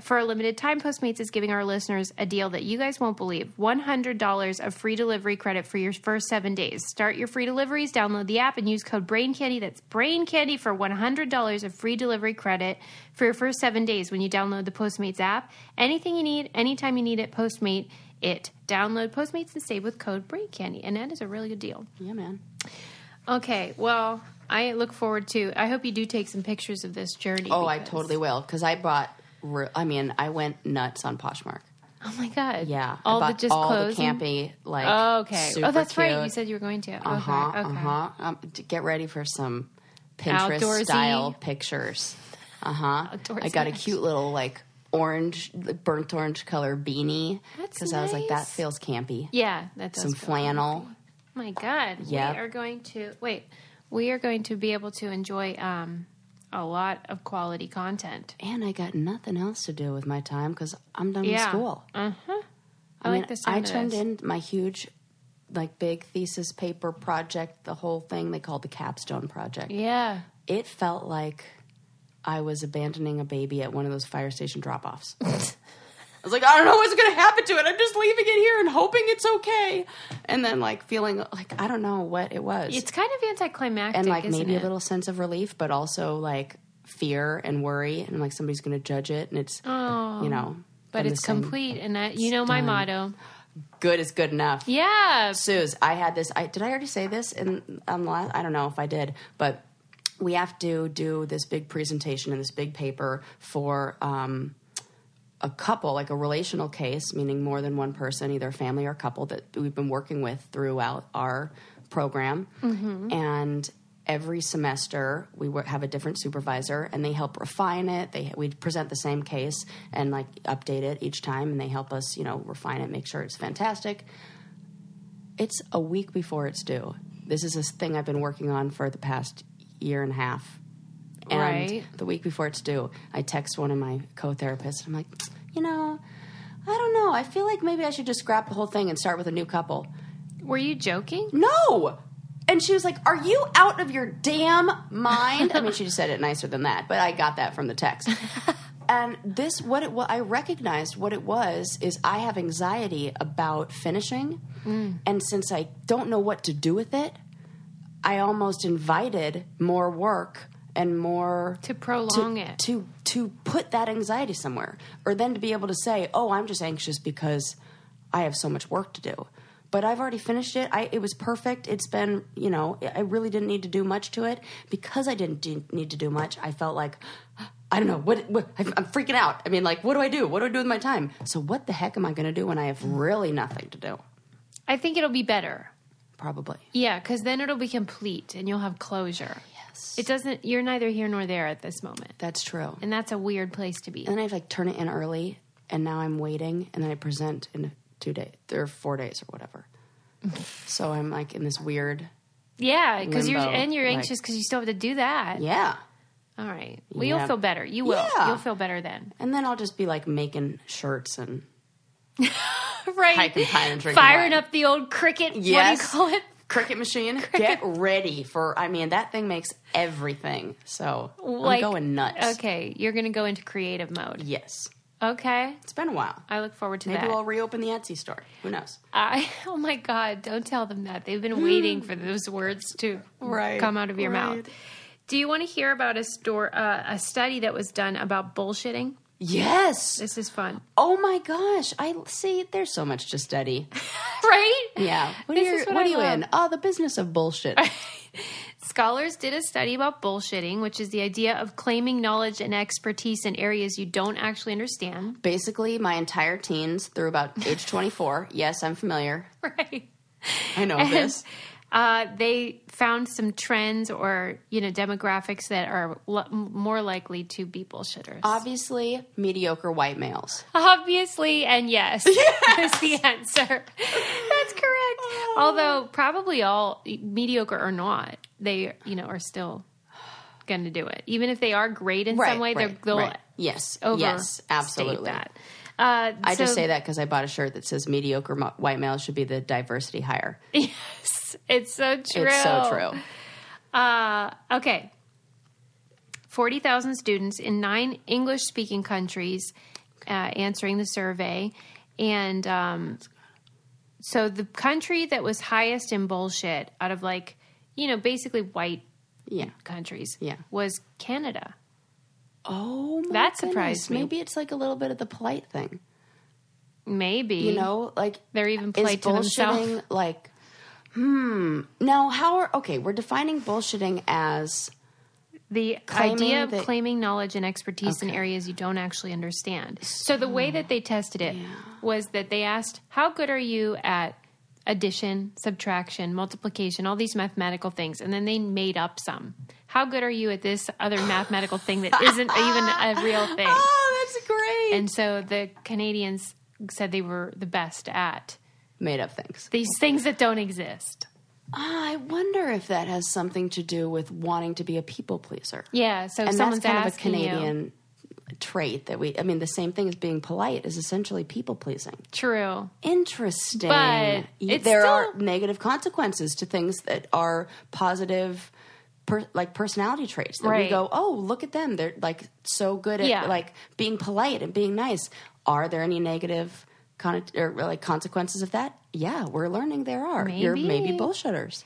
[SPEAKER 1] For a limited time, Postmates is giving our listeners a deal that you guys won't believe $100 of free delivery credit for your first seven days. Start your free deliveries, download the app, and use code BRAINCANDY. That's BRAINCANDY for $100 of free delivery credit for your first seven days when you download the Postmates app. Anything you need, anytime you need it, Postmate it. Download Postmates and save with code BRAINCANDY. And that is a really good deal.
[SPEAKER 2] yeah, man.
[SPEAKER 1] Okay, well, I look forward to. I hope you do take some pictures of this journey.
[SPEAKER 2] Oh, I
[SPEAKER 1] because-
[SPEAKER 2] totally will because I bought. re- I mean, I went nuts on Poshmark.
[SPEAKER 1] Oh my god.
[SPEAKER 2] Yeah,
[SPEAKER 1] All
[SPEAKER 2] I
[SPEAKER 1] the
[SPEAKER 2] bought
[SPEAKER 1] just
[SPEAKER 2] all
[SPEAKER 1] clothes.
[SPEAKER 2] the
[SPEAKER 1] and-
[SPEAKER 2] campy like.
[SPEAKER 1] Oh, okay.
[SPEAKER 2] super
[SPEAKER 1] oh, that's right. You
[SPEAKER 2] cute.
[SPEAKER 1] said you were going to. Okay,
[SPEAKER 2] Uh-huh,
[SPEAKER 1] okay.
[SPEAKER 2] uh-huh. Um, d- get ready for some Pinterest style
[SPEAKER 1] Outdoorsy.
[SPEAKER 2] pictures. Uh huh. I
[SPEAKER 1] Outdoorsy
[SPEAKER 2] got a
[SPEAKER 1] action.
[SPEAKER 2] cute little like orange, burnt orange color beanie
[SPEAKER 1] That's
[SPEAKER 2] I was like, that
[SPEAKER 1] nice.
[SPEAKER 2] feels campy.
[SPEAKER 1] Yeah, that does.
[SPEAKER 2] Some
[SPEAKER 1] go. Oh
[SPEAKER 2] flannel.
[SPEAKER 1] My God.
[SPEAKER 2] Yep.
[SPEAKER 1] We are going to wait. We are going to be able to enjoy um, a lot of quality content.
[SPEAKER 2] And I got nothing else to do with my time because I'm done
[SPEAKER 1] Yeah.
[SPEAKER 2] with school.
[SPEAKER 1] Uh huh. I,
[SPEAKER 2] I, mean,
[SPEAKER 1] like this.
[SPEAKER 2] I turned in my huge, like big thesis paper project, the whole thing they called the capstone project.
[SPEAKER 1] Yeah.
[SPEAKER 2] It felt like I was abandoning a baby at one of those fire station
[SPEAKER 1] <laughs>
[SPEAKER 2] drop offs. I was like, I don't know what's going to happen to it. I'm just leaving it here and hoping it's okay. And then, like, feeling like I don't know what it was.
[SPEAKER 1] It's kind of anticlimactic,
[SPEAKER 2] and, like,
[SPEAKER 1] isn't
[SPEAKER 2] maybe
[SPEAKER 1] it?
[SPEAKER 2] a little sense of relief, but also, like, fear and worry. And, like, somebody's going to judge it. And it's, you
[SPEAKER 1] Oh.
[SPEAKER 2] know,
[SPEAKER 1] but
[SPEAKER 2] I'm
[SPEAKER 1] it's
[SPEAKER 2] the same.
[SPEAKER 1] complete, and I, you know my
[SPEAKER 2] done.
[SPEAKER 1] motto.
[SPEAKER 2] Good is good enough.
[SPEAKER 1] Yeah,
[SPEAKER 2] Suze, I had this. I, did I already say this? In on the last, I don't know if I did, but we have to do this big presentation and this big paper for um, a couple, like a relational case, meaning more than one person, either a family or a couple that we've been working with throughout our program, and. Every semester, we wo- have a different supervisor, and they help refine it. They we present the same case and like update it each time, and they help us, you know, refine it, make sure it's fantastic it's a week before it's due. This is a thing I've been working on for the past year and a half. And
[SPEAKER 1] Right.
[SPEAKER 2] the week before it's due, I text one of my co therapists. I'm like, you know, I don't know. I feel like maybe I should just scrap the whole thing and start with a new couple.
[SPEAKER 1] were you joking?
[SPEAKER 2] No! And she was like, Are you out of your damn mind? I mean, she just said it nicer than that, but I got that from the text. And this, what it was, I recognized what it was is I have anxiety about finishing. And since I don't know what to do with it, I almost invited more work and more
[SPEAKER 1] To prolong
[SPEAKER 2] to,
[SPEAKER 1] it.
[SPEAKER 2] to to put that anxiety somewhere or then to be able to say oh i'm just anxious because i have so much work to do but i've already finished it I, it was perfect it's been you know i really didn't need to do much to it because i didn't do, need to do much i felt like i don't know what, what I'm, I'm freaking out i mean like what do i do what do i do with my time so what the heck am i going to do when i have really nothing to do
[SPEAKER 1] I think it'll be better.
[SPEAKER 2] probably
[SPEAKER 1] Yeah, because then it'll be complete, and you'll have closure.
[SPEAKER 2] yes
[SPEAKER 1] It doesn't. You're neither here nor there at this moment,
[SPEAKER 2] that's true
[SPEAKER 1] and that's a weird place to be.
[SPEAKER 2] and then I have to, like turn it in early, and now I'm waiting, and then I present in two days or four days or
[SPEAKER 1] <laughs>
[SPEAKER 2] whatever. so I'm like in this weird,
[SPEAKER 1] Yeah, because you're
[SPEAKER 2] Limbo,
[SPEAKER 1] and you're
[SPEAKER 2] like-
[SPEAKER 1] anxious because you still have to do that.
[SPEAKER 2] yeah.
[SPEAKER 1] All right. Well, you'll
[SPEAKER 2] Yeah.
[SPEAKER 1] feel better. You will.
[SPEAKER 2] Yeah.
[SPEAKER 1] You'll feel better then.
[SPEAKER 2] And then I'll just be like making shirts and
[SPEAKER 1] <laughs> right.
[SPEAKER 2] hiking, pine, and drinking
[SPEAKER 1] Firing
[SPEAKER 2] wine.
[SPEAKER 1] up the old cricket. What
[SPEAKER 2] Yes.
[SPEAKER 1] do you call it? <laughs>
[SPEAKER 2] Cricket machine, get ready for. I mean, that thing makes everything. So
[SPEAKER 1] Like-
[SPEAKER 2] I'm going nuts.
[SPEAKER 1] Okay, you're gonna go into creative mode.
[SPEAKER 2] Yes,
[SPEAKER 1] Okay,
[SPEAKER 2] it's been a while.
[SPEAKER 1] I look forward to
[SPEAKER 2] Maybe
[SPEAKER 1] that.
[SPEAKER 2] we'll reopen the Etsy store. Who knows?
[SPEAKER 1] I, <laughs> oh my God, don't tell them that. They've been waiting for those words to
[SPEAKER 2] Right,
[SPEAKER 1] come out of your mouth.
[SPEAKER 2] right.
[SPEAKER 1] Do you want to hear about a store, uh, a study that was done about bullshitting?
[SPEAKER 2] Yes.
[SPEAKER 1] This is fun,
[SPEAKER 2] Oh my gosh! I see. There's so much to study.
[SPEAKER 1] right? <laughs>
[SPEAKER 2] Yeah. What
[SPEAKER 1] This
[SPEAKER 2] are, you,
[SPEAKER 1] is
[SPEAKER 2] what
[SPEAKER 1] what
[SPEAKER 2] are
[SPEAKER 1] I
[SPEAKER 2] you
[SPEAKER 1] love.
[SPEAKER 2] in? Oh, the business of bullshit.
[SPEAKER 1] Scholars did a study about bullshitting, which is the idea of claiming knowledge and expertise in areas you don't actually
[SPEAKER 2] <laughs>
[SPEAKER 1] understand.
[SPEAKER 2] Basically, my entire teens through <laughs> about age 24. Yes, I'm familiar.
[SPEAKER 1] Right.
[SPEAKER 2] I know
[SPEAKER 1] And,
[SPEAKER 2] <laughs>
[SPEAKER 1] uh, they found some trends or you know demographics that are l- more likely to be bullshitters.
[SPEAKER 2] Ah, Obviously, mediocre white males.
[SPEAKER 1] Obviously, and
[SPEAKER 2] <laughs>
[SPEAKER 1] yes, yes. <laughs> is the answer. That's correct.
[SPEAKER 2] Oh.
[SPEAKER 1] Although probably all mediocre or not, they you know are still going to do it. Even if they are great in some way, they're, they'll
[SPEAKER 2] right. Yes.
[SPEAKER 1] over
[SPEAKER 2] yes, absolutely.
[SPEAKER 1] that. Uh,
[SPEAKER 2] I just
[SPEAKER 1] so <laughs>
[SPEAKER 2] say that because I bought a shirt that says mediocre mo- white males should be the diversity hire.
[SPEAKER 1] it's so true.
[SPEAKER 2] It's so true.
[SPEAKER 1] Uh, okay. 40,000 students in nine English speaking countries uh, answering the survey. And um, so the country that was highest in bullshit out of like, you know, basically white
[SPEAKER 2] Yeah.
[SPEAKER 1] countries
[SPEAKER 2] Yeah.
[SPEAKER 1] was Canada.
[SPEAKER 2] Oh, my
[SPEAKER 1] That
[SPEAKER 2] goodness.
[SPEAKER 1] surprised me.
[SPEAKER 2] Maybe it's like a little bit of the polite thing.
[SPEAKER 1] Maybe.
[SPEAKER 2] You know, like
[SPEAKER 1] They're even
[SPEAKER 2] is
[SPEAKER 1] polite to themselves.
[SPEAKER 2] bullshitting like hmm now how are okay we're defining bullshitting as
[SPEAKER 1] The
[SPEAKER 2] Claiming
[SPEAKER 1] idea of
[SPEAKER 2] that-
[SPEAKER 1] claiming knowledge and expertise in areas you don't actually understand. So the way that they tested it was that they asked, "How good are you at addition, subtraction, multiplication, all these mathematical things?" And then they made up some. How good are you at this other mathematical thing that isn't
[SPEAKER 2] <laughs>
[SPEAKER 1] even a real thing?
[SPEAKER 2] oh that's great
[SPEAKER 1] And so the Canadians said they were the best at
[SPEAKER 2] made up things
[SPEAKER 1] these things that don't exist.
[SPEAKER 2] Ah, I wonder if that has something to do with wanting to be a people pleaser.
[SPEAKER 1] Yeah, so
[SPEAKER 2] and that's
[SPEAKER 1] someone's
[SPEAKER 2] kind of a
[SPEAKER 1] asking you.
[SPEAKER 2] Canadian trait that we. I mean, the same thing as being polite is essentially people pleasing.
[SPEAKER 1] True.
[SPEAKER 2] Interesting.
[SPEAKER 1] But
[SPEAKER 2] Y-
[SPEAKER 1] it's
[SPEAKER 2] there
[SPEAKER 1] still-
[SPEAKER 2] are negative consequences to things that are positive. Per, like personality traits that we
[SPEAKER 1] Right.
[SPEAKER 2] go, oh, look at them. They're like so good at
[SPEAKER 1] Yeah.
[SPEAKER 2] like being polite and being nice. Are there any negative con- or like consequences of that? Yeah, we're learning there are. You're maybe
[SPEAKER 1] Maybe.
[SPEAKER 2] bullshitters.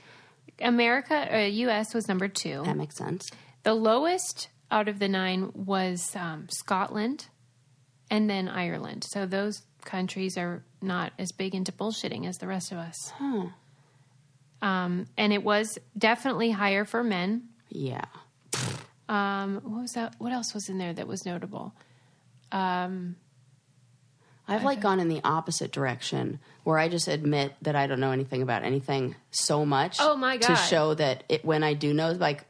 [SPEAKER 1] America, uh, U.S. was number two.
[SPEAKER 2] That makes sense.
[SPEAKER 1] The lowest out of the nine was um, Scotland and then Ireland. So those countries are not as big into bullshitting as the rest of us. Um, and it was definitely higher for men.
[SPEAKER 2] Yeah.
[SPEAKER 1] Um, what was that? What else was in there that was notable?
[SPEAKER 2] I've like gone in the opposite direction where I just admit that I don't know anything about anything so much.
[SPEAKER 1] Oh, my
[SPEAKER 2] To
[SPEAKER 1] God.
[SPEAKER 2] show that it, when I do know, like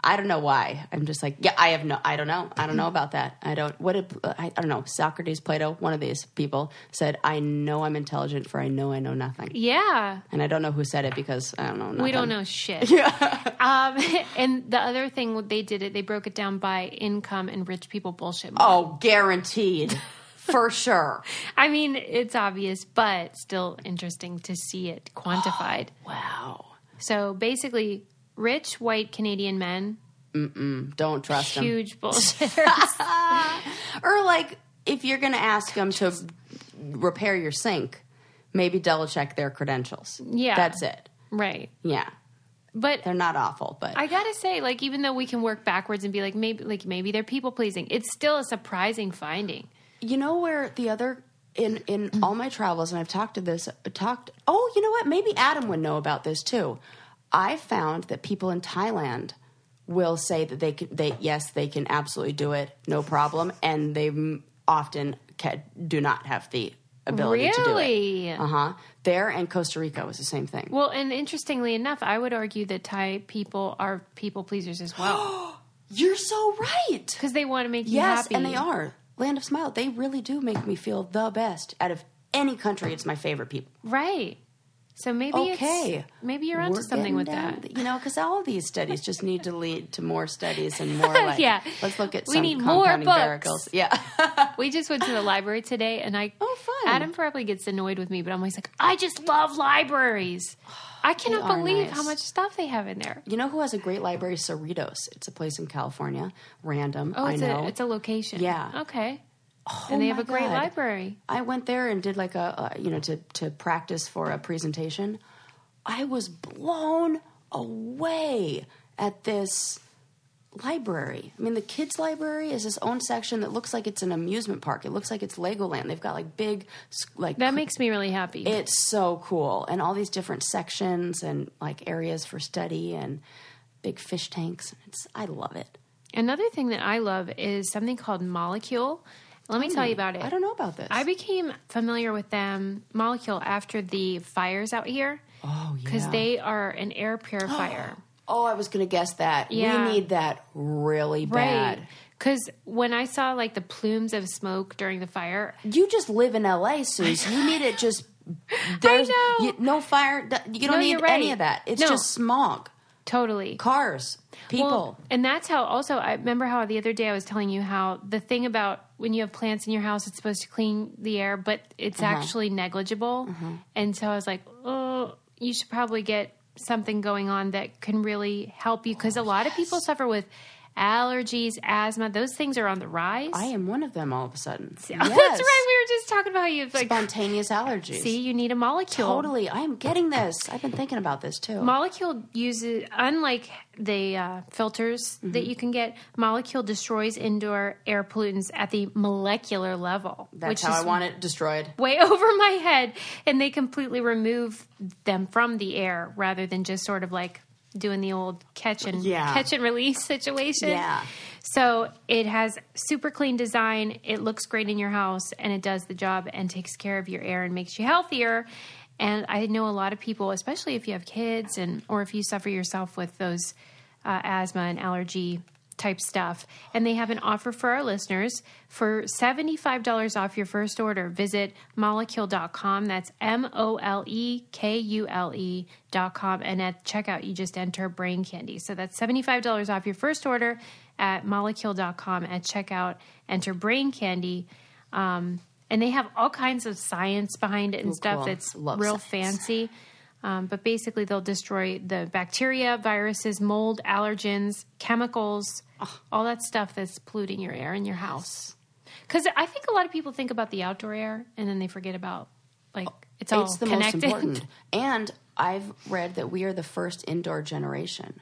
[SPEAKER 2] I don't know why. I'm just like, yeah, I have no, I don't know, I don't know about that. I don't. What did I, I don't know? Socrates, Plato, one of these people said, "I know I'm intelligent, for I know I know nothing."
[SPEAKER 1] Yeah.
[SPEAKER 2] And I don't know who said it because I don't know. Nothing.
[SPEAKER 1] We don't know shit. Yeah. Um, <laughs> and the other thing they did it, they broke it down by income and rich people bullshit. more.
[SPEAKER 2] Oh, guaranteed, for sure.
[SPEAKER 1] I mean, it's obvious, but still interesting to see it quantified.
[SPEAKER 2] Wow.
[SPEAKER 1] So basically, rich white Canadian men,
[SPEAKER 2] Don't trust them. <laughs>
[SPEAKER 1] huge bullshitters.
[SPEAKER 2] Or like if you're going to ask them to repair your sink, maybe double check their credentials.
[SPEAKER 1] Yeah.
[SPEAKER 2] that's it.
[SPEAKER 1] right.
[SPEAKER 2] Yeah,
[SPEAKER 1] But
[SPEAKER 2] they're not awful, but
[SPEAKER 1] I gotta say, like, even though we can work backwards and be like, maybe, like, maybe they're people pleasing, it's still a surprising finding.
[SPEAKER 2] you know where the other in in
[SPEAKER 1] Mm.
[SPEAKER 2] all my travels, and I've talked to this talked. Oh, you know what? Maybe Adam would know about this too. I found that people in Thailand will say that they can. They yes, they can absolutely do it, no problem, and they m- often ca do not have the ability to do it.
[SPEAKER 1] Really?
[SPEAKER 2] Uh huh. There and Costa Rica was the same thing.
[SPEAKER 1] Well, and interestingly enough, I would argue that Thai people are people pleasers as
[SPEAKER 2] <gasps>
[SPEAKER 1] well
[SPEAKER 2] You're so right.
[SPEAKER 1] because they want to make you
[SPEAKER 2] Yes,
[SPEAKER 1] happy.
[SPEAKER 2] and they are. Land of Smile, they really do make me feel the best out of any country. It's my favorite people.
[SPEAKER 1] right. So maybe
[SPEAKER 2] Okay.
[SPEAKER 1] it's maybe you're onto
[SPEAKER 2] We're
[SPEAKER 1] something
[SPEAKER 2] getting
[SPEAKER 1] with
[SPEAKER 2] down
[SPEAKER 1] that.
[SPEAKER 2] to the- You know, because all these studies just need to lead to more studies
[SPEAKER 1] <laughs>
[SPEAKER 2] and more like,
[SPEAKER 1] Yeah.
[SPEAKER 2] let's look at
[SPEAKER 1] We
[SPEAKER 2] some
[SPEAKER 1] need more
[SPEAKER 2] compounding
[SPEAKER 1] books.
[SPEAKER 2] miracles. Yeah. <laughs>
[SPEAKER 1] We just went to the library today, and I.
[SPEAKER 2] Oh, fun.
[SPEAKER 1] Adam probably gets annoyed with me, but I'm always like, I just love libraries.
[SPEAKER 2] <sighs>
[SPEAKER 1] I cannot
[SPEAKER 2] are
[SPEAKER 1] believe
[SPEAKER 2] nice.
[SPEAKER 1] how much stuff they have in there.
[SPEAKER 2] You know who has a great library? Cerritos. It's a place in California. Random.
[SPEAKER 1] Oh,
[SPEAKER 2] I
[SPEAKER 1] it's
[SPEAKER 2] know.
[SPEAKER 1] a it's a location.
[SPEAKER 2] Yeah. Oh
[SPEAKER 1] Okay. and they have
[SPEAKER 2] my
[SPEAKER 1] a great
[SPEAKER 2] God.
[SPEAKER 1] library.
[SPEAKER 2] I went there and did like a, a you know to to practice for a presentation. I was blown away at this library. I mean, the kids' library is its own section that looks like it's an amusement park. It looks like it's Legoland. They've got like big s- like
[SPEAKER 1] That makes me really happy.
[SPEAKER 2] it's so cool and all these different sections and like areas for study and big fish tanks. It's I love it.
[SPEAKER 1] Another thing that I love is something called Molecule. Let me tell you about it.
[SPEAKER 2] I don't know about this.
[SPEAKER 1] I became familiar with them, Molecule, after the fires out here.
[SPEAKER 2] oh yeah.
[SPEAKER 1] Because they are an air purifier.
[SPEAKER 2] <gasps>
[SPEAKER 1] <gasps>
[SPEAKER 2] Oh, I was going to guess that.
[SPEAKER 1] Yeah.
[SPEAKER 2] We need that really bad.
[SPEAKER 1] right. Because when I saw like the plumes of smoke during the fire,
[SPEAKER 2] You just live in LA, Suze. You need
[SPEAKER 1] <laughs>
[SPEAKER 2] it just. There's
[SPEAKER 1] know.
[SPEAKER 2] You, no fire. th- You don't
[SPEAKER 1] No,
[SPEAKER 2] need
[SPEAKER 1] you're right.
[SPEAKER 2] any of that. It's
[SPEAKER 1] No.
[SPEAKER 2] just smog,
[SPEAKER 1] totally.
[SPEAKER 2] cars, people.
[SPEAKER 1] Well, and that's how also I remember how the other day I was telling you how the thing about when you have plants in your house, it's supposed to clean the air, but it's
[SPEAKER 2] Uh-huh.
[SPEAKER 1] actually negligible. And so I was like, oh, you should probably get something going on that can really help you because a lot of people suffer with allergies, asthma. Those things are on the rise.
[SPEAKER 2] I am one of them all of a sudden.
[SPEAKER 1] <laughs> That's right. We were just talking about how you've like,
[SPEAKER 2] Spontaneous allergies.
[SPEAKER 1] see, you need a molecule.
[SPEAKER 2] Totally. I am getting this. I've been thinking about this too.
[SPEAKER 1] Molecule uses, unlike the uh, filters that
[SPEAKER 2] Mm-hmm.
[SPEAKER 1] you can get, Molecule destroys indoor air pollutants at the molecular level,
[SPEAKER 2] That's
[SPEAKER 1] which
[SPEAKER 2] how
[SPEAKER 1] is
[SPEAKER 2] I want it destroyed.
[SPEAKER 1] way <laughs> over my head. And they completely remove them from the air rather than just sort of like doing the old catch and
[SPEAKER 2] Yeah.
[SPEAKER 1] catch and release <laughs> situation.
[SPEAKER 2] Yeah.
[SPEAKER 1] So it has super clean design. It looks great in your house, and it does the job and takes care of your air and makes you healthier. And I know a lot of people, especially if you have kids and or if you suffer yourself with those uh, asthma and allergy type stuff. And they have an offer for our listeners for $75 off your first order. Visit molecule.com. That's M O L E K U L E.com. And at checkout, you just enter brain candy. So that's $75 off your first order at molecule.com. At checkout, enter brain candy. Um, and they have all kinds of science behind it and stuff
[SPEAKER 2] cool.
[SPEAKER 1] that's
[SPEAKER 2] Love
[SPEAKER 1] real
[SPEAKER 2] science.
[SPEAKER 1] fancy. Um, but basically, they'll destroy the bacteria, viruses, mold, allergens, chemicals,
[SPEAKER 2] Ah.
[SPEAKER 1] all that stuff that's polluting your air in your house. Because I think a lot of people think about the outdoor air and then they forget about like it's all
[SPEAKER 2] Oh, it's the
[SPEAKER 1] connected.
[SPEAKER 2] most important. And I've read that we are the first indoor generation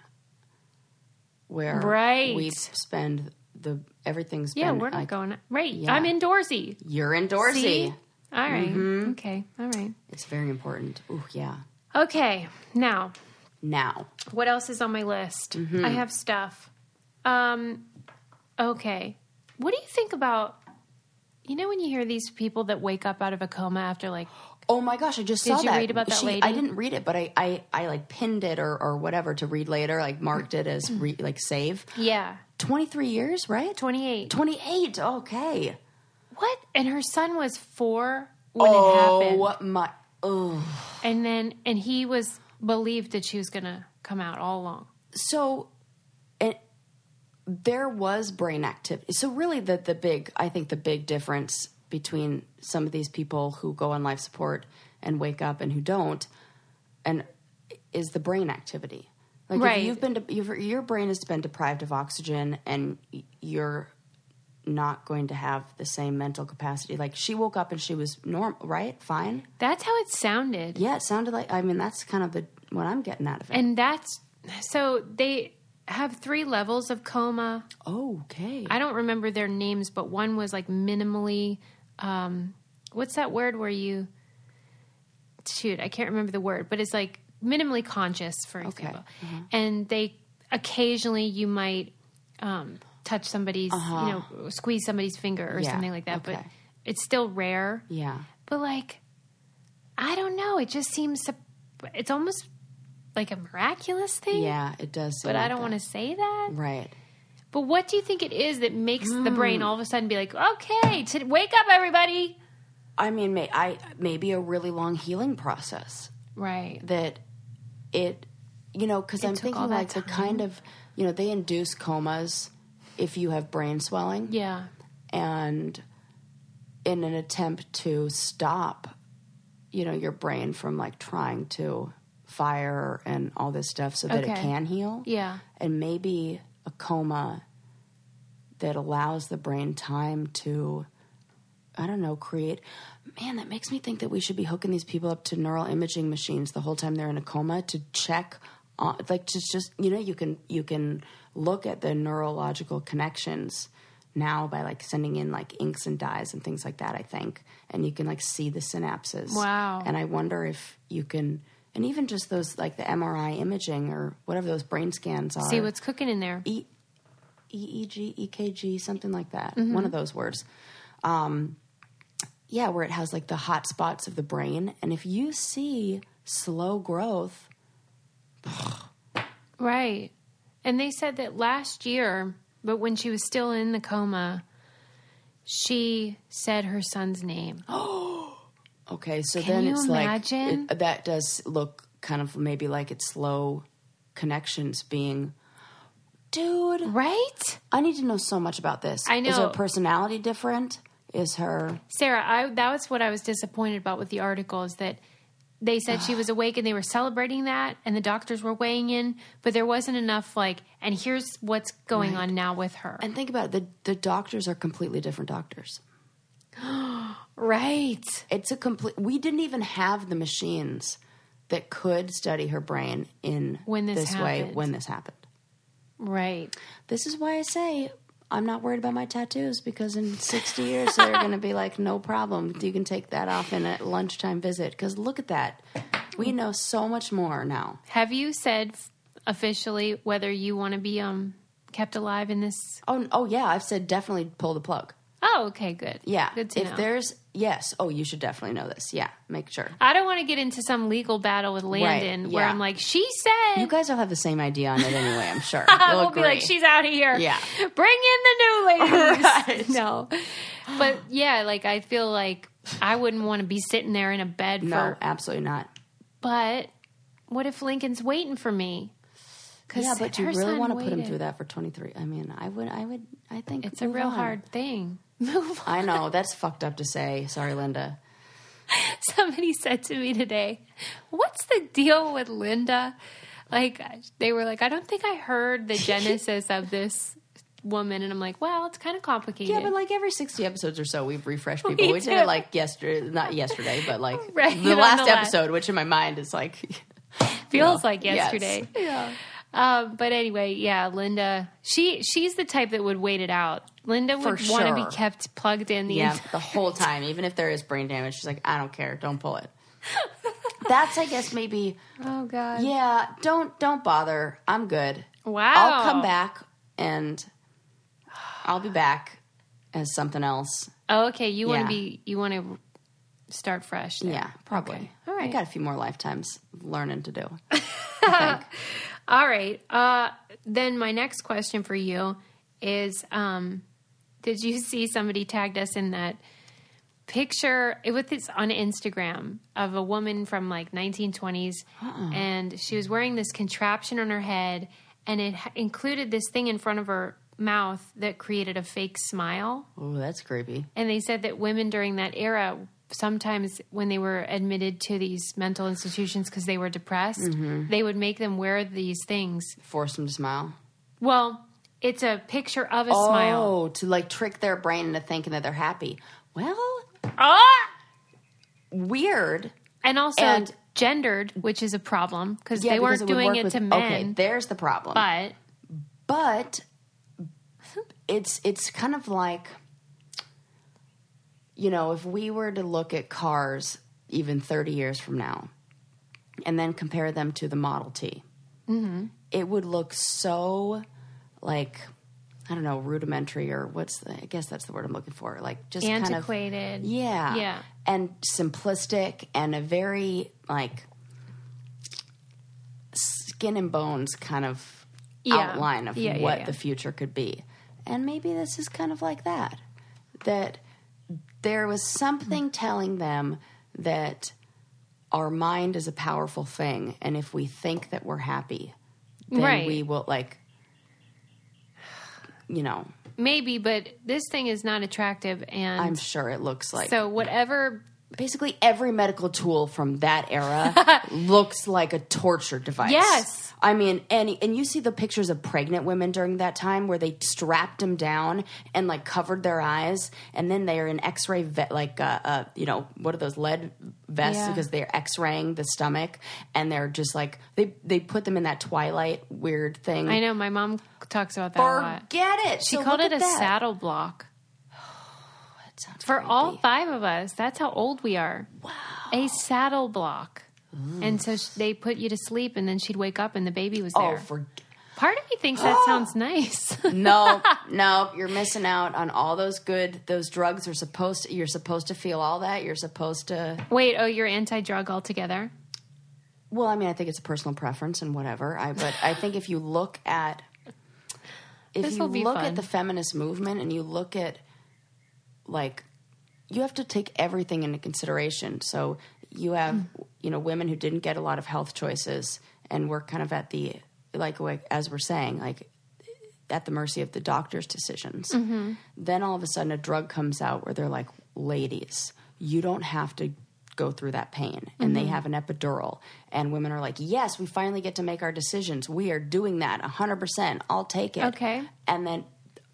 [SPEAKER 2] where
[SPEAKER 1] Right.
[SPEAKER 2] we spend the everything's
[SPEAKER 1] <laughs> yeah,
[SPEAKER 2] been,
[SPEAKER 1] we're not
[SPEAKER 2] like,
[SPEAKER 1] going right. I'm indoorsy.
[SPEAKER 2] you're indoorsy. Mm-hmm.
[SPEAKER 1] See? All right. Okay. All right.
[SPEAKER 2] It's very important. Ooh, yeah.
[SPEAKER 1] Okay. Now,
[SPEAKER 2] Now,
[SPEAKER 1] What else is on my list? I have stuff. Um, okay. What do you think about? You know when you hear these people that wake up out of a coma after like
[SPEAKER 2] oh my gosh, I just
[SPEAKER 1] Did
[SPEAKER 2] saw
[SPEAKER 1] you
[SPEAKER 2] that.
[SPEAKER 1] read about that
[SPEAKER 2] She-
[SPEAKER 1] lady?
[SPEAKER 2] I didn't read it, but I, I, I like pinned it or, or whatever to read later. Like marked it as re, like save.
[SPEAKER 1] yeah,
[SPEAKER 2] Twenty three years, right?
[SPEAKER 1] twenty eight.
[SPEAKER 2] Twenty eight. Okay.
[SPEAKER 1] What? And her son was four when it happened,
[SPEAKER 2] what my. Oh.
[SPEAKER 1] and then and he was believed that she was gonna come out all along.
[SPEAKER 2] so it, there was brain activity so really the, the big i think the big difference between some of these people who go on life support and wake up and who don't and is the brain activity like
[SPEAKER 1] Right.
[SPEAKER 2] if you've been de- you've, your brain has been deprived of oxygen and y- you're not going to have the same mental capacity like she woke up and she was normal right fine
[SPEAKER 1] That's how it sounded.
[SPEAKER 2] yeah it sounded like i mean that's kind of the what i'm getting out of it
[SPEAKER 1] And that's so they have three levels of coma.
[SPEAKER 2] okay
[SPEAKER 1] I don't remember their names, but one was like minimally. Um, what's that word where you? Shoot, I can't remember the word, but it's like minimally conscious, for example.
[SPEAKER 2] Mm-hmm.
[SPEAKER 1] And they occasionally you might um, touch somebody's, you know, squeeze somebody's finger or
[SPEAKER 2] Uh-huh. Yeah,
[SPEAKER 1] something like that, but
[SPEAKER 2] okay.
[SPEAKER 1] it's still rare.
[SPEAKER 2] yeah
[SPEAKER 1] But like, I don't know. It just seems sup- it's almost like a miraculous thing.
[SPEAKER 2] Yeah, it does.
[SPEAKER 1] But I don't want to say that.
[SPEAKER 2] to. Right.
[SPEAKER 1] But what do you think it is that makes the brain all of a sudden be like, okay, t- wake up, everybody?
[SPEAKER 2] I mean, may, I maybe a really long healing process
[SPEAKER 1] Right.
[SPEAKER 2] that it, you know, because I'm
[SPEAKER 1] took all
[SPEAKER 2] thinking
[SPEAKER 1] that
[SPEAKER 2] like the kind of, you know, they induce comas if you have brain swelling,
[SPEAKER 1] Yeah.
[SPEAKER 2] and in an attempt to stop, you know, your brain from like trying to fire and all this stuff so that it
[SPEAKER 1] Okay.
[SPEAKER 2] can heal.
[SPEAKER 1] Yeah.
[SPEAKER 2] and maybe a coma that allows the brain time to i don't know create man that makes me think that we should be hooking these people up to neural imaging machines the whole time they're in a coma to check on, like just just you know you can you can look at the neurological connections now by like sending in like inks and dyes and things like that i think and you can like see the synapses
[SPEAKER 1] Wow.
[SPEAKER 2] and I wonder if you can, and even just those like the MRI imaging or whatever those brain scans are.
[SPEAKER 1] See what's cooking in there.
[SPEAKER 2] E- EEG, EKG, something like that.
[SPEAKER 1] Mm-hmm.
[SPEAKER 2] One of those words. Um, yeah, where it has like the hot spots of the brain, and if you see slow growth, <gasps>
[SPEAKER 1] Right. And they said that last year, but when she was still in the coma, she said her son's name.
[SPEAKER 2] okay, so
[SPEAKER 1] Can
[SPEAKER 2] then
[SPEAKER 1] you
[SPEAKER 2] it's
[SPEAKER 1] imagine?
[SPEAKER 2] like it, that does look kind of maybe like it's slow connections being. Dude,
[SPEAKER 1] <gasps> Right?
[SPEAKER 2] I need to know so much about this.
[SPEAKER 1] I
[SPEAKER 2] Is her
[SPEAKER 1] know.
[SPEAKER 2] personality different? Is her
[SPEAKER 1] Sarah, I, that was what I was disappointed about with the article is that they said she <sighs> was awake and they were celebrating that and the doctors were weighing in, but there wasn't enough like, and here's what's going on now with her.
[SPEAKER 2] And think about it, the the doctors are completely different <gasps> doctors.
[SPEAKER 1] right.
[SPEAKER 2] It's a complete we didn't even have the machines that could study her brain in
[SPEAKER 1] When this
[SPEAKER 2] way
[SPEAKER 1] happened.
[SPEAKER 2] when this happened.
[SPEAKER 1] Right.
[SPEAKER 2] This is why I say I'm not worried about my tattoos because <laughs> in 60 years they're going to be like no problem. You can take that off in a lunchtime visit cuz look at that. We know so much more now.
[SPEAKER 1] Have you said f- officially whether you want to be um kept alive in this?
[SPEAKER 2] Oh oh yeah, I've said definitely pull the plug.
[SPEAKER 1] Oh, okay, good.
[SPEAKER 2] Yeah.
[SPEAKER 1] good to
[SPEAKER 2] if
[SPEAKER 1] know.
[SPEAKER 2] there's yes, oh, you should definitely know this. Yeah, make sure.
[SPEAKER 1] I don't want to get into some legal battle with Landon where
[SPEAKER 2] yeah.
[SPEAKER 1] I'm like, she said.
[SPEAKER 2] You guys all have the same idea on it anyway.
[SPEAKER 1] <laughs>
[SPEAKER 2] I'm sure.
[SPEAKER 1] I
[SPEAKER 2] You'll
[SPEAKER 1] will be like,
[SPEAKER 2] agree.
[SPEAKER 1] she's out of here.
[SPEAKER 2] Yeah.
[SPEAKER 1] Bring
[SPEAKER 2] <laughs>
[SPEAKER 1] in the new ladies.
[SPEAKER 2] Right.
[SPEAKER 1] No. But yeah, like I feel like I wouldn't want to be sitting there in a bed
[SPEAKER 2] no,
[SPEAKER 1] for
[SPEAKER 2] absolutely not.
[SPEAKER 1] but what if Lincoln's waiting for me? 'Cause
[SPEAKER 2] Yeah, but do you
[SPEAKER 1] her
[SPEAKER 2] really
[SPEAKER 1] son
[SPEAKER 2] want to put him
[SPEAKER 1] waited.
[SPEAKER 2] through that for 23? I mean, I would, I would, I think
[SPEAKER 1] It's a
[SPEAKER 2] move
[SPEAKER 1] real
[SPEAKER 2] on.
[SPEAKER 1] hard thing. Move on.
[SPEAKER 2] <laughs>
[SPEAKER 1] <laughs>
[SPEAKER 2] I know that's fucked up to say. Sorry, Linda.
[SPEAKER 1] Somebody said to me today, What's the deal with Linda? Like, they were like, I don't think I
[SPEAKER 2] <laughs>
[SPEAKER 1] heard the genesis of this woman. And I'm like, Well, it's kind of complicated.
[SPEAKER 2] Yeah, but like every 60 episodes or so, we've refreshed people.
[SPEAKER 1] <laughs> We
[SPEAKER 2] We, did
[SPEAKER 1] do.
[SPEAKER 2] it like yesterday, not yesterday, but like
[SPEAKER 1] <laughs> Right,
[SPEAKER 2] the
[SPEAKER 1] on
[SPEAKER 2] last
[SPEAKER 1] the last.
[SPEAKER 2] episode, which in my mind is like <laughs>
[SPEAKER 1] feels
[SPEAKER 2] know,
[SPEAKER 1] like
[SPEAKER 2] yes.
[SPEAKER 1] yesterday. Um, but anyway, yeah, Linda, she she's the type that would wait it out. Linda would
[SPEAKER 2] For
[SPEAKER 1] want to
[SPEAKER 2] sure.
[SPEAKER 1] be kept plugged in. The
[SPEAKER 2] <laughs> yeah, the whole time, even if there is brain damage, she's like, I don't care, don't pull it. <laughs> That's, I guess, maybe.
[SPEAKER 1] oh god.
[SPEAKER 2] Yeah, don't don't bother. I'm good.
[SPEAKER 1] Wow.
[SPEAKER 2] I'll come back and I'll be back as something else.
[SPEAKER 1] Oh, okay, you want
[SPEAKER 2] Yeah.
[SPEAKER 1] to be you want to start fresh. there.
[SPEAKER 2] Yeah, probably.
[SPEAKER 1] Okay. All
[SPEAKER 2] I
[SPEAKER 1] right.
[SPEAKER 2] got a few more lifetimes of learning to do.
[SPEAKER 1] All right. Uh, then my next question for you is: um, Did you see somebody tagged us in that picture? It was this on Instagram of a woman from like 1920s, and she was wearing this contraption on her head, and it ha- included this thing in front of her mouth that created a fake smile.
[SPEAKER 2] Oh, that's creepy.
[SPEAKER 1] And they said that women during that era, sometimes when they were admitted to these mental institutions because they were depressed, they would make them wear these things.
[SPEAKER 2] Force them to smile.
[SPEAKER 1] Well, it's a picture of a smile.
[SPEAKER 2] Oh, to like trick their brain into thinking that they're happy. Well,
[SPEAKER 1] Ah!
[SPEAKER 2] weird.
[SPEAKER 1] And also
[SPEAKER 2] And-
[SPEAKER 1] gendered, which is a problem because
[SPEAKER 2] Yeah,
[SPEAKER 1] they weren't
[SPEAKER 2] because would
[SPEAKER 1] doing
[SPEAKER 2] work
[SPEAKER 1] it
[SPEAKER 2] with-
[SPEAKER 1] to
[SPEAKER 2] Okay,
[SPEAKER 1] men.
[SPEAKER 2] there's the problem.
[SPEAKER 1] but
[SPEAKER 2] but it's it's kind of like you know if we were to look at cars even 30 years from now and then compare them to the model t
[SPEAKER 1] Mm-hmm.
[SPEAKER 2] it would look so like i don't know rudimentary or what's the i guess that's the word i'm looking for like just kind of
[SPEAKER 1] antiquated.
[SPEAKER 2] yeah.
[SPEAKER 1] Yeah.
[SPEAKER 2] And simplistic and a very like skin and bones kind of
[SPEAKER 1] Yeah.
[SPEAKER 2] outline of
[SPEAKER 1] Yeah, yeah,
[SPEAKER 2] what
[SPEAKER 1] yeah.
[SPEAKER 2] the future could be. And maybe this is kind of like that. That there was something telling them that our mind is a powerful thing and if we think that we're happy, then
[SPEAKER 1] Right.
[SPEAKER 2] we will like you know,
[SPEAKER 1] Maybe, but this thing is not attractive. And
[SPEAKER 2] I'm sure it looks like
[SPEAKER 1] so, whatever
[SPEAKER 2] basically every medical tool from that
[SPEAKER 1] <laughs>
[SPEAKER 2] era looks like a torture device.
[SPEAKER 1] Yes.
[SPEAKER 2] I mean, any and you see the pictures of pregnant women during that time where they strapped them down and like covered their eyes, and then they are in X-ray ve- like uh, uh, you know what are those lead vests
[SPEAKER 1] Yeah.
[SPEAKER 2] because they're X-raying the stomach, and they're just like they they put them in that twilight weird thing.
[SPEAKER 1] I know, my mom talks about that a lot.
[SPEAKER 2] Forget it.
[SPEAKER 1] She called it a saddle block. For all five of us, that's how old we are. Wow. A saddle block. And so sh- they put you to sleep, and then she'd wake up, and the baby was
[SPEAKER 2] Oh,
[SPEAKER 1] there.
[SPEAKER 2] forget.
[SPEAKER 1] Part of me thinks
[SPEAKER 2] <gasps>
[SPEAKER 1] that sounds nice. <laughs>
[SPEAKER 2] no, no, you're missing out on all those good. Those drugs are supposed. To, you're supposed to feel all that. You're supposed to.
[SPEAKER 1] Wait, oh, you're anti drug altogether?
[SPEAKER 2] Well, I mean, I think it's a personal preference and whatever. I but I think if you look at if
[SPEAKER 1] This
[SPEAKER 2] you
[SPEAKER 1] will be
[SPEAKER 2] look
[SPEAKER 1] fun.
[SPEAKER 2] at the feminist movement and you look at like you have to take everything into consideration. So you have you know women who didn't get a lot of health choices and we're kind of at the like like, as we're saying like at the mercy of the doctor's decisions. Then all of a sudden, a drug comes out where they're like, ladies, you don't have to go through that pain. And they have an epidural. And women are like, yes, we finally get to make our decisions. We are doing that 100%. I'll take it.
[SPEAKER 1] Okay.
[SPEAKER 2] And then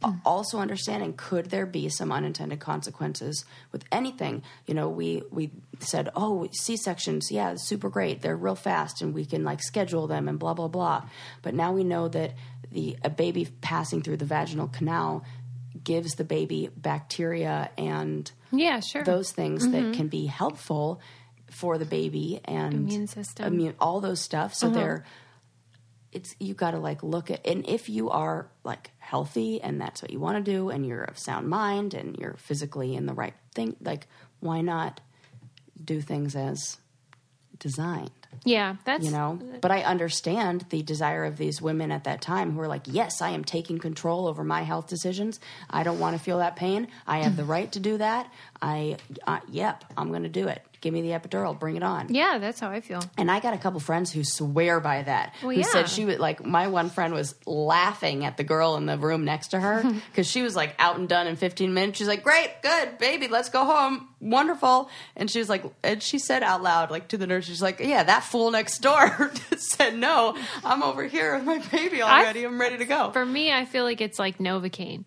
[SPEAKER 2] a- also understanding could there be some unintended consequences with anything you know we we said oh c-sections yeah super great they're real fast and we can like schedule them and blah blah blah but now we know that the a baby passing through the vaginal canal gives the baby bacteria and
[SPEAKER 1] Yeah, sure.
[SPEAKER 2] those things
[SPEAKER 1] Mm-hmm.
[SPEAKER 2] that can be helpful for the baby and
[SPEAKER 1] Immune system. Uh-huh.
[SPEAKER 2] immune all those stuff so they're it's you got to like look at and if you are like healthy and that's what you want to do and you're of sound mind and you're physically in the right thing like why not do things as designed
[SPEAKER 1] Yeah, that's uh,
[SPEAKER 2] you know but i understand the desire of these women at that time who are like yes i am taking control over my health decisions i don't want to feel that pain i have the right to do that i uh, yep i'm going to do it give me the epidural bring it on
[SPEAKER 1] Yeah, that's how I feel.
[SPEAKER 2] and I got a couple friends who swear by that.
[SPEAKER 1] Well,
[SPEAKER 2] who
[SPEAKER 1] yeah.
[SPEAKER 2] said she was like, my one friend was laughing at the girl in the room next
[SPEAKER 1] <laughs>
[SPEAKER 2] to her because she was like out and done in 15 minutes. She's like, great, good, baby, let's go home. Wonderful. And she was like, and she said out loud, like to the nurse, she's like, yeah, that fool next door <laughs> said no. I'm over here with my baby already. I'm ready to go.
[SPEAKER 1] For me, I feel like it's like Novocaine.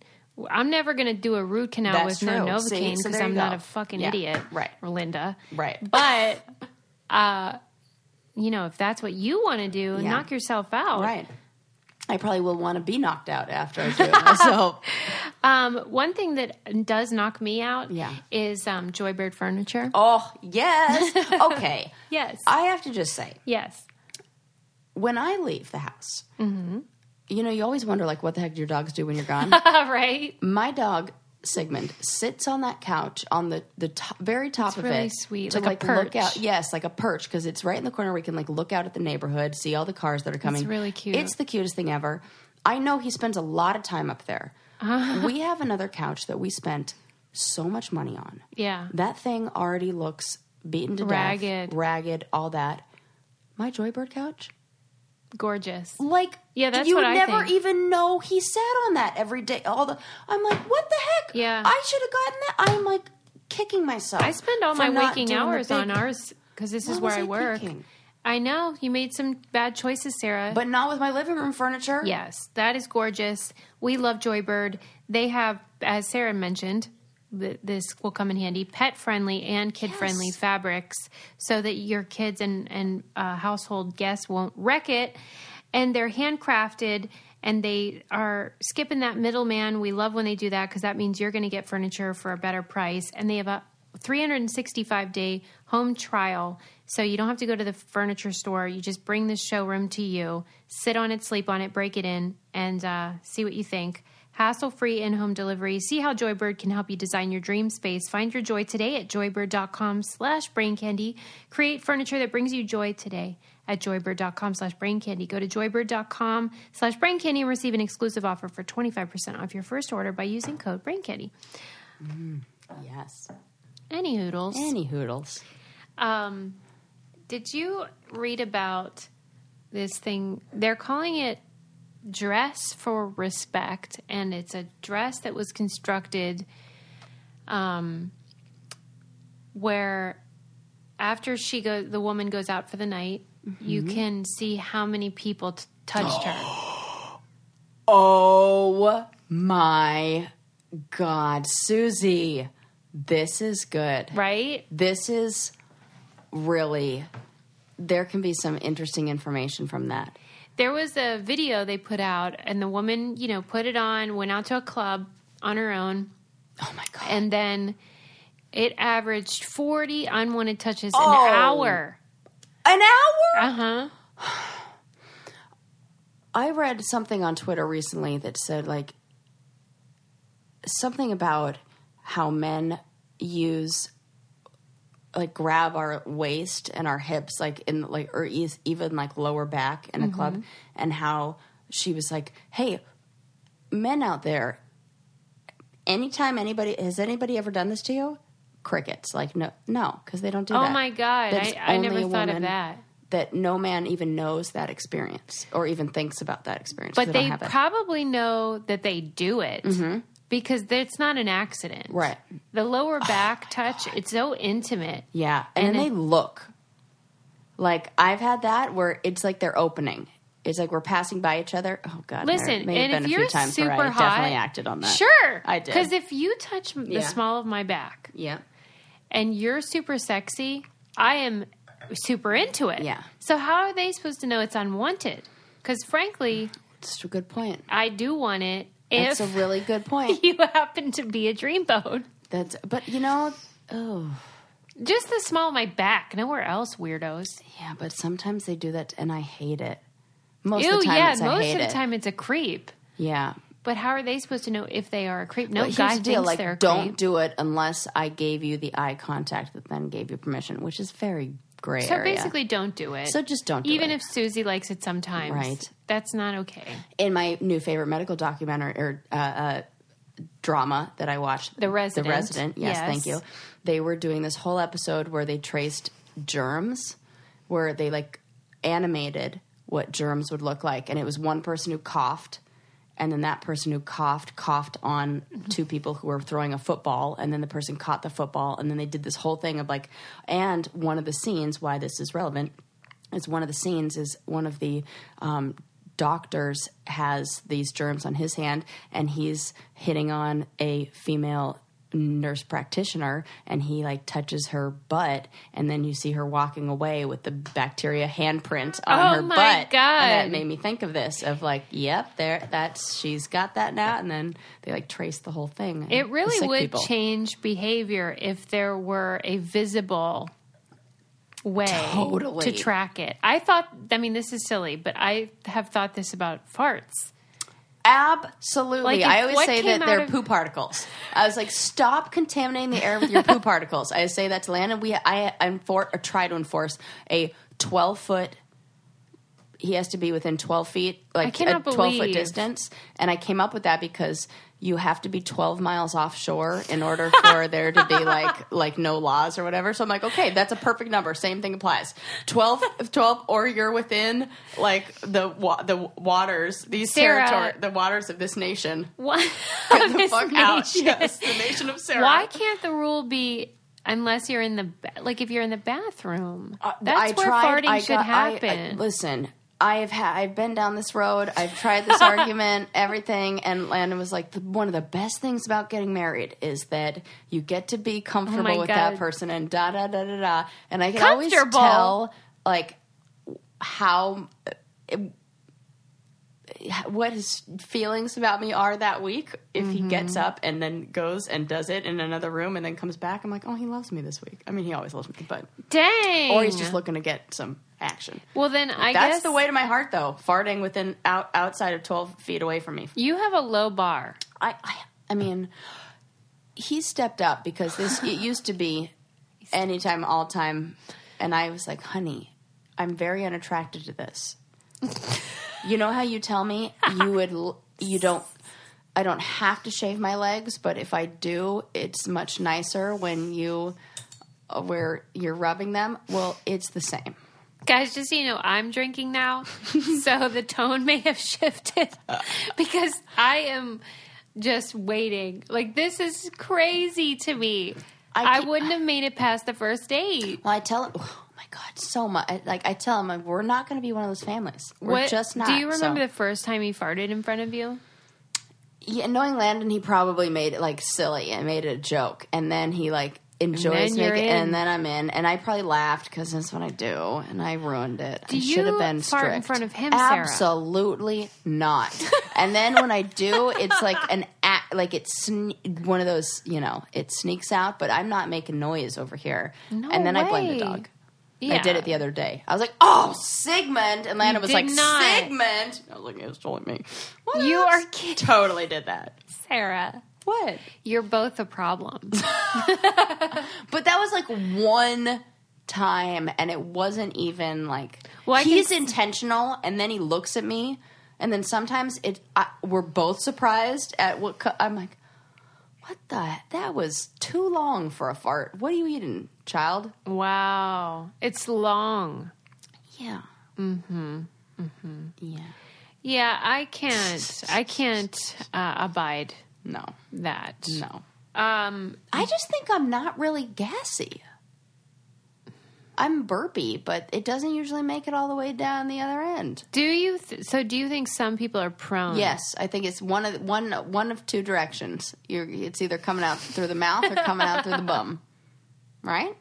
[SPEAKER 1] I'm never going to do a root canal
[SPEAKER 2] That's
[SPEAKER 1] with no
[SPEAKER 2] true. See?
[SPEAKER 1] Novocaine
[SPEAKER 2] So
[SPEAKER 1] because
[SPEAKER 2] there you
[SPEAKER 1] I'm not
[SPEAKER 2] go.
[SPEAKER 1] a fucking
[SPEAKER 2] Yeah.
[SPEAKER 1] idiot.
[SPEAKER 2] Right.
[SPEAKER 1] Or Linda. <laughs>
[SPEAKER 2] Right.
[SPEAKER 1] But, uh, you know, if that's what you want to do,
[SPEAKER 2] Yeah.
[SPEAKER 1] knock yourself out.
[SPEAKER 2] Right. I probably will want to be knocked out after I
[SPEAKER 1] <laughs>
[SPEAKER 2] do it myself.
[SPEAKER 1] Um, one thing that does knock me out
[SPEAKER 2] Yeah.
[SPEAKER 1] is um, Joybird furniture.
[SPEAKER 2] oh, yes.
[SPEAKER 1] <laughs>
[SPEAKER 2] Okay.
[SPEAKER 1] Yes.
[SPEAKER 2] I have to just say,
[SPEAKER 1] yes. <laughs>
[SPEAKER 2] when I leave the house,
[SPEAKER 1] Mm-hmm.
[SPEAKER 2] you know, you always wonder like what the heck do your dogs do when
[SPEAKER 1] <laughs>
[SPEAKER 2] you're gone.
[SPEAKER 1] right.
[SPEAKER 2] My dog Sigmund sits on that couch on the the to- very top of
[SPEAKER 1] really
[SPEAKER 2] it,
[SPEAKER 1] sweet,
[SPEAKER 2] to
[SPEAKER 1] like
[SPEAKER 2] like,
[SPEAKER 1] a
[SPEAKER 2] look
[SPEAKER 1] perch.
[SPEAKER 2] out. Yes, like a perch because it's right in the corner where you can like look out at the neighborhood, see all the cars that are coming.
[SPEAKER 1] really cute.
[SPEAKER 2] It's the cutest thing ever. I know he spends a lot of time up there.
[SPEAKER 1] Uh-huh.
[SPEAKER 2] We have another couch that we spent so much money on.
[SPEAKER 1] Yeah.
[SPEAKER 2] That thing already looks beaten to
[SPEAKER 1] Ragged.
[SPEAKER 2] death, ragged, all that. My Joybird couch
[SPEAKER 1] Gorgeous.
[SPEAKER 2] like
[SPEAKER 1] Yeah, that's
[SPEAKER 2] you
[SPEAKER 1] what
[SPEAKER 2] would
[SPEAKER 1] I
[SPEAKER 2] never
[SPEAKER 1] think.
[SPEAKER 2] even know he sat on that every day. All the I'm like, what the heck?
[SPEAKER 1] Yeah.
[SPEAKER 2] I should have gotten that. I'm like kicking myself.
[SPEAKER 1] I spend all
[SPEAKER 2] for
[SPEAKER 1] my
[SPEAKER 2] not
[SPEAKER 1] waking
[SPEAKER 2] doing the
[SPEAKER 1] hours
[SPEAKER 2] big-
[SPEAKER 1] on ours because this is where
[SPEAKER 2] What was
[SPEAKER 1] I
[SPEAKER 2] I
[SPEAKER 1] work.
[SPEAKER 2] thinking?
[SPEAKER 1] I know you made some bad choices, Sarah.
[SPEAKER 2] but not with my living room furniture.
[SPEAKER 1] Yes, that is gorgeous. We love Joybird. They have, as Sarah mentioned, th- this will come in handy pet friendly and kid friendly
[SPEAKER 2] Yes.
[SPEAKER 1] fabrics so that your kids and, and uh, household guests won't wreck it. And they're handcrafted and they are skipping that middleman. We love when they do that because that means you're going to get furniture for a better price. And they have a 365 day home trial. So you don't have to go to the furniture store. You just bring the showroom to you, sit on it, sleep on it, break it in, and uh, see what you think. Hassle free in home delivery. See how Joybird can help you design your dream space. Find your joy today at joybird.com slash brain candy. Create furniture that brings you joy today at joybird.com slash brain candy. Go to joybird.com slash brain candy and receive an exclusive offer for 25% off your first order by using code brain candy.
[SPEAKER 2] Yes.
[SPEAKER 1] Any hoodles.
[SPEAKER 2] Any hoodles?
[SPEAKER 1] Um, did you read about this thing? They're calling it Dress for Respect, and it's a dress that was constructed um, where after she go, the woman goes out for the night, you can see how many people t- touched her.
[SPEAKER 2] Oh my God, Susie, this is good.
[SPEAKER 1] Right?
[SPEAKER 2] This is really. There can be some interesting information from that.
[SPEAKER 1] There was a video they put out, and the woman, you know, put it on, went out to a club on her own.
[SPEAKER 2] Oh my God.
[SPEAKER 1] and then it averaged 40 unwanted touches
[SPEAKER 2] Oh.
[SPEAKER 1] an hour.
[SPEAKER 2] An hour?
[SPEAKER 1] Uh huh.
[SPEAKER 2] I read something on Twitter recently that said like something about how men use like grab our waist and our hips like in like or e- even like lower back in a
[SPEAKER 1] Mm-hmm.
[SPEAKER 2] club and how she was like, "Hey, men out there, anytime anybody has anybody ever done this to you?" Crickets. Like no no, cuz they don't do
[SPEAKER 1] Oh
[SPEAKER 2] that.
[SPEAKER 1] my God.
[SPEAKER 2] That's
[SPEAKER 1] I, I never
[SPEAKER 2] only a
[SPEAKER 1] thought of
[SPEAKER 2] woman
[SPEAKER 1] that.
[SPEAKER 2] that no man even knows that experience or even thinks about that experience. 'cause
[SPEAKER 1] But
[SPEAKER 2] don't
[SPEAKER 1] they
[SPEAKER 2] have it. Mm-hmm.
[SPEAKER 1] probably know that they do it because it's not an accident.
[SPEAKER 2] Right. Oh
[SPEAKER 1] The lower back touch, it's so intimate.
[SPEAKER 2] yeah, and, then they look like I've had that where it's like they're opening. It's like we're passing by each other. Oh God! there
[SPEAKER 1] Listen,
[SPEAKER 2] may
[SPEAKER 1] and
[SPEAKER 2] have been
[SPEAKER 1] if
[SPEAKER 2] a few
[SPEAKER 1] you're
[SPEAKER 2] times
[SPEAKER 1] super
[SPEAKER 2] where I
[SPEAKER 1] hot,
[SPEAKER 2] definitely acted on that.
[SPEAKER 1] Sure.
[SPEAKER 2] I did.
[SPEAKER 1] Because if you touch the
[SPEAKER 2] Yeah.
[SPEAKER 1] small of my back
[SPEAKER 2] yeah,
[SPEAKER 1] and you're super sexy, I am super into it.
[SPEAKER 2] Yeah.
[SPEAKER 1] So how are they supposed to know it's unwanted? Because frankly,
[SPEAKER 2] it's a good point.
[SPEAKER 1] I do want it
[SPEAKER 2] That's
[SPEAKER 1] if
[SPEAKER 2] a really good
[SPEAKER 1] <laughs>
[SPEAKER 2] point.
[SPEAKER 1] you happen to be a dreamboat.
[SPEAKER 2] That's but you know, oh
[SPEAKER 1] Just the small of my back, nowhere else, weirdos.
[SPEAKER 2] yeah, but sometimes they do that, and I hate it. Most
[SPEAKER 1] Ew,
[SPEAKER 2] of the time,
[SPEAKER 1] yeah.
[SPEAKER 2] it's, I
[SPEAKER 1] most
[SPEAKER 2] hate
[SPEAKER 1] of the
[SPEAKER 2] it.
[SPEAKER 1] time, it's a creep.
[SPEAKER 2] yeah.
[SPEAKER 1] But how are they supposed to know if they are a creep? No
[SPEAKER 2] But here's
[SPEAKER 1] guy
[SPEAKER 2] the
[SPEAKER 1] thinks
[SPEAKER 2] deal:
[SPEAKER 1] they're a
[SPEAKER 2] like, don't
[SPEAKER 1] creep.
[SPEAKER 2] do it unless I gave you the eye contact that then gave you permission, which is very gray
[SPEAKER 1] So
[SPEAKER 2] area.
[SPEAKER 1] basically, don't do it.
[SPEAKER 2] So just don't do
[SPEAKER 1] Even
[SPEAKER 2] it.
[SPEAKER 1] if Susie likes it sometimes,
[SPEAKER 2] Right.
[SPEAKER 1] That's not okay.
[SPEAKER 2] in my new favorite medical documentary or uh, uh, drama that I watched,
[SPEAKER 1] The Resident.
[SPEAKER 2] The Resident, yes,
[SPEAKER 1] Yes.
[SPEAKER 2] thank you. They were doing this whole episode where they traced germs, where they like animated what germs would look like, and it was one person who coughed. And then that person who coughed coughed on
[SPEAKER 1] Mm-hmm.
[SPEAKER 2] two people who were throwing a football, and then the person caught the football, and then they did this whole thing of like, and one of the scenes why this is relevant is one of the scenes is one of the um, doctors has these germs on his hand and he's hitting on a female nurse practitioner and he like touches her butt and then you see her walking away with the bacteria handprint on
[SPEAKER 1] Oh
[SPEAKER 2] her
[SPEAKER 1] my
[SPEAKER 2] butt
[SPEAKER 1] God.
[SPEAKER 2] and that made me think of this of like yep there that's she's got that now and then they like trace the whole thing and
[SPEAKER 1] It
[SPEAKER 2] the
[SPEAKER 1] really
[SPEAKER 2] sick
[SPEAKER 1] would
[SPEAKER 2] people.
[SPEAKER 1] change behavior if there were a visible way
[SPEAKER 2] Totally.
[SPEAKER 1] to track it. I thought, I mean, this is silly, but I have thought this about farts.
[SPEAKER 2] Absolutely.
[SPEAKER 1] Like, if
[SPEAKER 2] I always
[SPEAKER 1] what
[SPEAKER 2] say
[SPEAKER 1] came
[SPEAKER 2] that they're
[SPEAKER 1] out of-
[SPEAKER 2] poo particles. I was like, stop contaminating the air with your poo particles. I say that to Landon. We, I, enfor- or try to enforce a 12 foot. He has to be within 12 feet, like a
[SPEAKER 1] cannot
[SPEAKER 2] 12 foot
[SPEAKER 1] believe.
[SPEAKER 2] distance. And I came up with that because you have to be 12 miles offshore in order
[SPEAKER 1] <laughs>
[SPEAKER 2] for there to be like, like no laws or whatever. So I'm like, okay, that's a perfect number. Same thing applies. 12, 12 or you're within like the, wa- the waters, these
[SPEAKER 1] Sarah.
[SPEAKER 2] territory, the waters of this nation.
[SPEAKER 1] <laughs> What?
[SPEAKER 2] Get <laughs> the
[SPEAKER 1] This
[SPEAKER 2] fuck out.
[SPEAKER 1] nation.
[SPEAKER 2] Yes, the nation of Sarah.
[SPEAKER 1] Why can't the rule be unless you're in the ba- like if you're in the bathroom?
[SPEAKER 2] Uh,
[SPEAKER 1] That's
[SPEAKER 2] I
[SPEAKER 1] where
[SPEAKER 2] tried-
[SPEAKER 1] farting
[SPEAKER 2] I
[SPEAKER 1] should
[SPEAKER 2] got- I- I-
[SPEAKER 1] happen.
[SPEAKER 2] listen, I've ha- I've been down this road. I've tried
[SPEAKER 1] <laughs>
[SPEAKER 2] this argument, everything, and Landon was like, the, one of the best things about getting married is that you get to be comfortable with that
[SPEAKER 1] God.
[SPEAKER 2] person, and da da da da da. And I can always
[SPEAKER 1] Comfortable.
[SPEAKER 2] tell, like, how what his feelings about me are that week if he gets
[SPEAKER 1] Mm-hmm.
[SPEAKER 2] up and then goes and does it in another room and then comes back i'm like oh he loves me this week i mean he always loves me but
[SPEAKER 1] Dang.
[SPEAKER 2] or he's just looking to get some action
[SPEAKER 1] Well, then I
[SPEAKER 2] that's
[SPEAKER 1] guess
[SPEAKER 2] the way to my heart though farting within out, outside of 12 feet away from me
[SPEAKER 1] you have a low bar.
[SPEAKER 2] i i, I mean he stepped up because this it used to <laughs> be anytime all time and i was like honey i'm very unattracted to this you know how you tell me <laughs> you would l- you don't i don't have to shave my legs but if i do it's much nicer when you uh, where you're rubbing them well it's the same
[SPEAKER 1] Guys, just so you know, I'm drinking
[SPEAKER 2] <laughs>
[SPEAKER 1] now, so the tone may have shifted because I am just waiting. Like this is crazy to me.
[SPEAKER 2] I
[SPEAKER 1] I,
[SPEAKER 2] can't-
[SPEAKER 1] wouldn't have made it past the first date.
[SPEAKER 2] Well, I tell him, oh my God, so much. I, like, I tell him, like, we're not going to be one of those families. We're
[SPEAKER 1] What
[SPEAKER 2] just not.
[SPEAKER 1] Do you remember
[SPEAKER 2] so.
[SPEAKER 1] the first time he farted in front of you?
[SPEAKER 2] yeah, knowing Landon, he probably made it like silly and made it a joke. And then he, like, enjoys
[SPEAKER 1] then you're
[SPEAKER 2] making
[SPEAKER 1] in.
[SPEAKER 2] And then I'm in. And I probably laughed because that's what I do. And I ruined it. I should
[SPEAKER 1] you
[SPEAKER 2] have been
[SPEAKER 1] fart in
[SPEAKER 2] strict.
[SPEAKER 1] front of him, Sarah?
[SPEAKER 2] Absolutely
[SPEAKER 1] <laughs>
[SPEAKER 2] not. and then when I do, it's like an act, like it's sne- one of those, you know, it sneaks out, but I'm not making noise over here.
[SPEAKER 1] No
[SPEAKER 2] and then I blame
[SPEAKER 1] way.
[SPEAKER 2] the dog.
[SPEAKER 1] Yeah.
[SPEAKER 2] I did it the other day. I was like, "Oh, Sigmund," and Lana was
[SPEAKER 1] did
[SPEAKER 2] like,
[SPEAKER 1] not.
[SPEAKER 2] "Sigmund." I was like, "It was totally me." What?
[SPEAKER 1] You are kidding,
[SPEAKER 2] totally did that.
[SPEAKER 1] Sarah.
[SPEAKER 2] What?
[SPEAKER 1] You're both a
[SPEAKER 2] <laughs>
[SPEAKER 1] problem.
[SPEAKER 2] But that was like one time, and it wasn't even like
[SPEAKER 1] Well, I can
[SPEAKER 2] he's
[SPEAKER 1] s-
[SPEAKER 2] intentional, and then he looks at me, and then sometimes it I, we're both surprised at what co- I'm like. What the? That was too long for a fart. What are you eating, child?
[SPEAKER 1] wow, it's long.
[SPEAKER 2] Yeah. Mm-hmm. Mm-hmm. Yeah.
[SPEAKER 1] Yeah, I can't.
[SPEAKER 2] <laughs>
[SPEAKER 1] I can't uh, abide
[SPEAKER 2] No.
[SPEAKER 1] that.
[SPEAKER 2] No.
[SPEAKER 1] Um,
[SPEAKER 2] I just think I'm not really gassy. I'm burpy, but it doesn't usually make it all the way down the other end.
[SPEAKER 1] do you? Th- so, do you think some people are prone?
[SPEAKER 2] Yes, I think it's one of one one of two directions. You're, it's either coming out through the mouth or coming
[SPEAKER 1] <laughs>
[SPEAKER 2] out through the bum, right?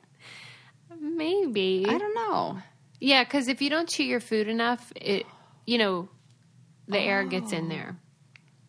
[SPEAKER 1] maybe.
[SPEAKER 2] I don't know.
[SPEAKER 1] Yeah, because if you don't chew your food enough, it you know, the air gets in there.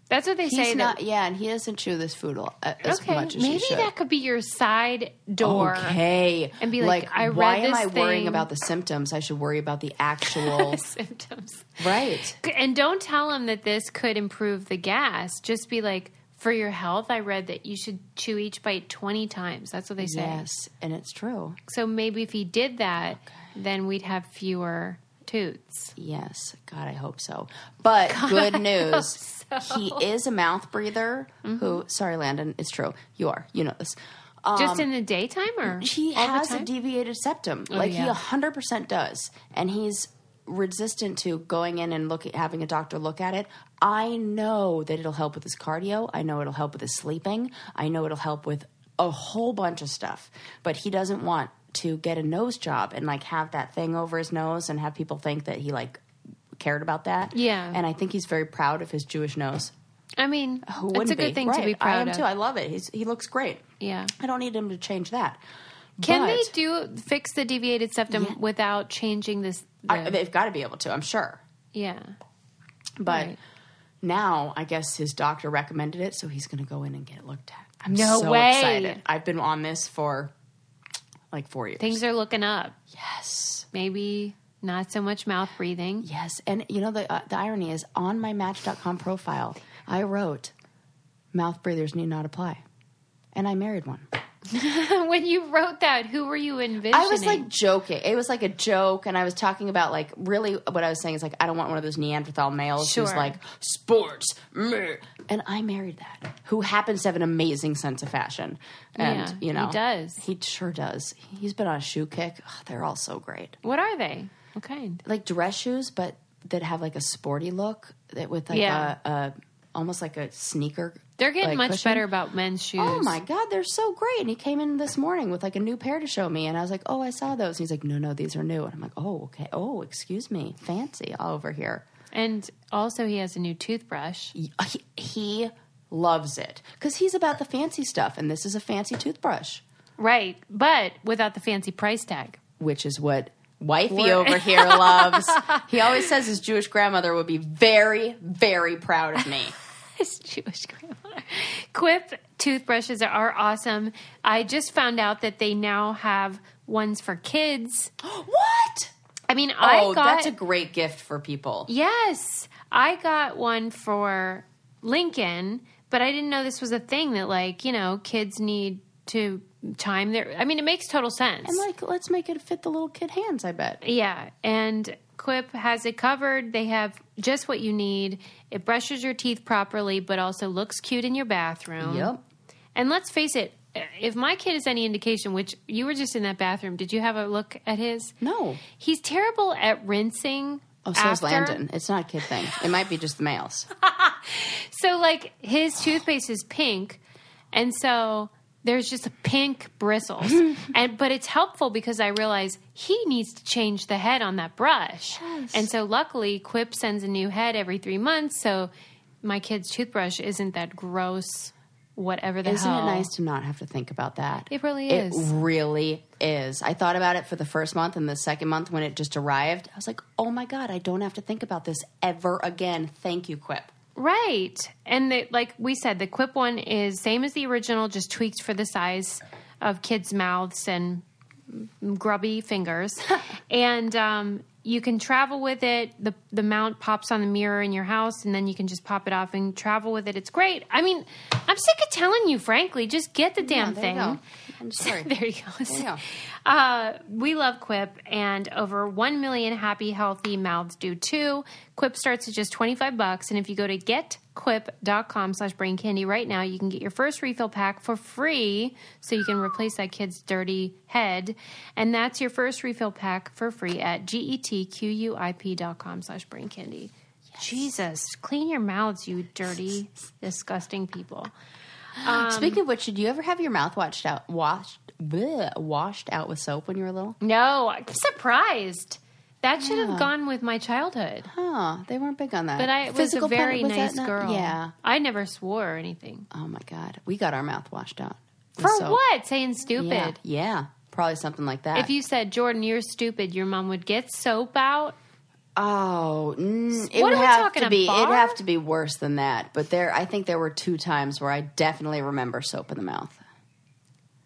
[SPEAKER 1] That's what they say.
[SPEAKER 2] He's
[SPEAKER 1] that-
[SPEAKER 2] not, yeah, and he doesn't chew this food all, a- as
[SPEAKER 1] okay,
[SPEAKER 2] much as
[SPEAKER 1] maybe
[SPEAKER 2] he should.
[SPEAKER 1] that could be your side door.
[SPEAKER 2] okay,
[SPEAKER 1] and be like, I read
[SPEAKER 2] why am
[SPEAKER 1] this
[SPEAKER 2] I worrying
[SPEAKER 1] thing-
[SPEAKER 2] about the symptoms? I should
[SPEAKER 1] <laughs>
[SPEAKER 2] worry about the actual
[SPEAKER 1] <laughs> Symptoms.
[SPEAKER 2] right.
[SPEAKER 1] And don't tell him that this could improve the gas. Just be like, for your health, I read that you should chew each bite 20 times. That's what they say.
[SPEAKER 2] Yes, and it's true.
[SPEAKER 1] So maybe if he did that, then we'd have fewer toots.
[SPEAKER 2] Yes, God, I hope so. But good news, he is a mouth breather. Who? Sorry, Landon, it's true. You are. You know this. Um,
[SPEAKER 1] Just in the daytime or?
[SPEAKER 2] he
[SPEAKER 1] all the
[SPEAKER 2] has a
[SPEAKER 1] time? Oh,
[SPEAKER 2] deviated septum like
[SPEAKER 1] yeah.
[SPEAKER 2] he 100% does and he's resistant to going in and looking having a doctor look at it i know that it'll help with his cardio i know it'll help with his sleeping i know it'll help with a whole bunch of stuff but he doesn't want to get a nose job and like have that thing over his nose and have people think that he like cared about that
[SPEAKER 1] Yeah.
[SPEAKER 2] and i think he's very proud of his jewish nose
[SPEAKER 1] I mean,
[SPEAKER 2] who
[SPEAKER 1] it's
[SPEAKER 2] Oh, wouldn't
[SPEAKER 1] a good
[SPEAKER 2] be?
[SPEAKER 1] thing
[SPEAKER 2] right.
[SPEAKER 1] to be
[SPEAKER 2] I
[SPEAKER 1] proud
[SPEAKER 2] am
[SPEAKER 1] of.
[SPEAKER 2] too. I love it. He's, he looks great.
[SPEAKER 1] Yeah.
[SPEAKER 2] I don't need him to change that.
[SPEAKER 1] Can
[SPEAKER 2] But-
[SPEAKER 1] they do fix the deviated septum
[SPEAKER 2] Yeah.
[SPEAKER 1] without changing this? The,
[SPEAKER 2] I, they've got to be able to, I'm sure.
[SPEAKER 1] yeah.
[SPEAKER 2] But
[SPEAKER 1] Right.
[SPEAKER 2] now I guess his doctor recommended it, so he's going to go in and get it looked at. I'm
[SPEAKER 1] No
[SPEAKER 2] so
[SPEAKER 1] way.
[SPEAKER 2] excited. I've been on this for like four years.
[SPEAKER 1] Things are looking up.
[SPEAKER 2] yes.
[SPEAKER 1] Maybe not so much mouth breathing.
[SPEAKER 2] Yes. And you know, the, uh, the irony is on my Match.com profile, I wrote, mouth breathers need not apply. And I married one.
[SPEAKER 1] <laughs> when you wrote that, who were you envisioning?
[SPEAKER 2] I was like joking. It was like a joke, and I was talking about like really what I was saying is like I don't want one of those Neanderthal males who's
[SPEAKER 1] Sure.
[SPEAKER 2] like sports, meh. and I married that who happens to have an amazing sense of fashion, and
[SPEAKER 1] Yeah,
[SPEAKER 2] you know
[SPEAKER 1] he does.
[SPEAKER 2] he sure does. He's been on a shoe kick. Ugh, they're all so great,
[SPEAKER 1] what are they? What kind?
[SPEAKER 2] like dress shoes, but that have like a sporty look that with like
[SPEAKER 1] Yeah.
[SPEAKER 2] a, a almost like a sneaker.
[SPEAKER 1] They're getting
[SPEAKER 2] like,
[SPEAKER 1] much
[SPEAKER 2] cushion.
[SPEAKER 1] better about men's shoes.
[SPEAKER 2] Oh my God, they're so great. And he came in this morning with like a new pair to show me. And I was like, oh, I saw those. And he's like, no, no, these are new. And I'm like, oh, okay. Oh, excuse me. Fancy all over here. uh,
[SPEAKER 1] And also, he has a new toothbrush.
[SPEAKER 2] He, he loves it because he's about the fancy stuff. And this is a fancy toothbrush,
[SPEAKER 1] Right, but without the fancy price tag.
[SPEAKER 2] which is what wifey
[SPEAKER 1] We're-
[SPEAKER 2] <laughs> over here loves. He always says his Jewish grandmother would be very, very proud of me.
[SPEAKER 1] His Jewish grandmother. Quip toothbrushes are awesome. I just found out that they now have ones for kids.
[SPEAKER 2] <gasps> what?
[SPEAKER 1] I mean,
[SPEAKER 2] Oh,
[SPEAKER 1] I got
[SPEAKER 2] that's a great gift for people.
[SPEAKER 1] Yes, I got one for Lincoln, but I didn't know this was a thing that like you know kids need to time their. I mean, it makes total sense.
[SPEAKER 2] And like, let's make it fit the little kid hands, I bet.
[SPEAKER 1] yeah, and Quip has it covered. They have just what you need. It brushes your teeth properly, but also looks cute in your bathroom.
[SPEAKER 2] Yep.
[SPEAKER 1] And let's face it. If my kid is any indication, which you were just in that bathroom, did you have a look at his?
[SPEAKER 2] No.
[SPEAKER 1] He's terrible at rinsing.
[SPEAKER 2] Oh, so is
[SPEAKER 1] after.
[SPEAKER 2] Landon. It's not a kid thing. It might be just the males.
[SPEAKER 1] So like his toothpaste is pink, and so there's just pink
[SPEAKER 2] <laughs>
[SPEAKER 1] bristles. and but it's helpful because I realize he needs to change the head on that brush. And so luckily Quip sends a new head every three months, so my kid's toothbrush isn't that gross whatever the
[SPEAKER 2] Isn't
[SPEAKER 1] hell.
[SPEAKER 2] it nice to not have to think about that?
[SPEAKER 1] Oh. It really
[SPEAKER 2] It
[SPEAKER 1] is.
[SPEAKER 2] really is. I thought about it for the first month and the second month when it just arrived. I was like, oh my God, I don't have to think about this ever again. Thank you, Quip.
[SPEAKER 1] Right. And the, like we said, the Quip one is same as the original, just tweaked for the size of kids' mouths and grubby
[SPEAKER 2] <laughs>
[SPEAKER 1] fingers. and um, you can travel with it. The, the mount pops on the mirror in your house, and then you can just pop it off and travel with it. It's great. I mean, I'm sick of telling you, frankly, just get the damn
[SPEAKER 2] there
[SPEAKER 1] thing.
[SPEAKER 2] you go. I'm
[SPEAKER 1] <laughs>
[SPEAKER 2] sorry.
[SPEAKER 1] there you go.
[SPEAKER 2] you go.
[SPEAKER 1] Uh, we love Quip, and over 1 million happy, healthy mouths do too. Quip starts at just 25 bucks, and if you go to getquip.com slash brain candy right now, you can get your first refill pack for free, so you can replace that kid's dirty head. And that's your first refill pack for free at getquip.com slash brain candy. Jesus, clean your mouths, you dirty, disgusting people. Um,
[SPEAKER 2] <laughs> Speaking of which, did you ever have your mouth washed out, washed, bleh, washed out with soap when you were little?
[SPEAKER 1] No, I'm surprised. That should have gone with my childhood.
[SPEAKER 2] Huh? They weren't big on that.
[SPEAKER 1] But I was a
[SPEAKER 2] pun-
[SPEAKER 1] very
[SPEAKER 2] was that
[SPEAKER 1] nice
[SPEAKER 2] not-
[SPEAKER 1] girl.
[SPEAKER 2] Yeah.
[SPEAKER 1] I never swore or anything.
[SPEAKER 2] Oh my God, we got our mouth washed out with
[SPEAKER 1] For
[SPEAKER 2] soap.
[SPEAKER 1] what? Saying stupid.
[SPEAKER 2] Yeah, yeah, probably something like that.
[SPEAKER 1] If you said, Jordan, you're stupid, your mom would get soap out
[SPEAKER 2] Oh, mm, it
[SPEAKER 1] What
[SPEAKER 2] would
[SPEAKER 1] are we
[SPEAKER 2] have
[SPEAKER 1] talking,
[SPEAKER 2] to
[SPEAKER 1] a
[SPEAKER 2] be. It'd
[SPEAKER 1] bar?
[SPEAKER 2] have to be worse than that. But there, I think there were two times where I definitely remember soap in the mouth.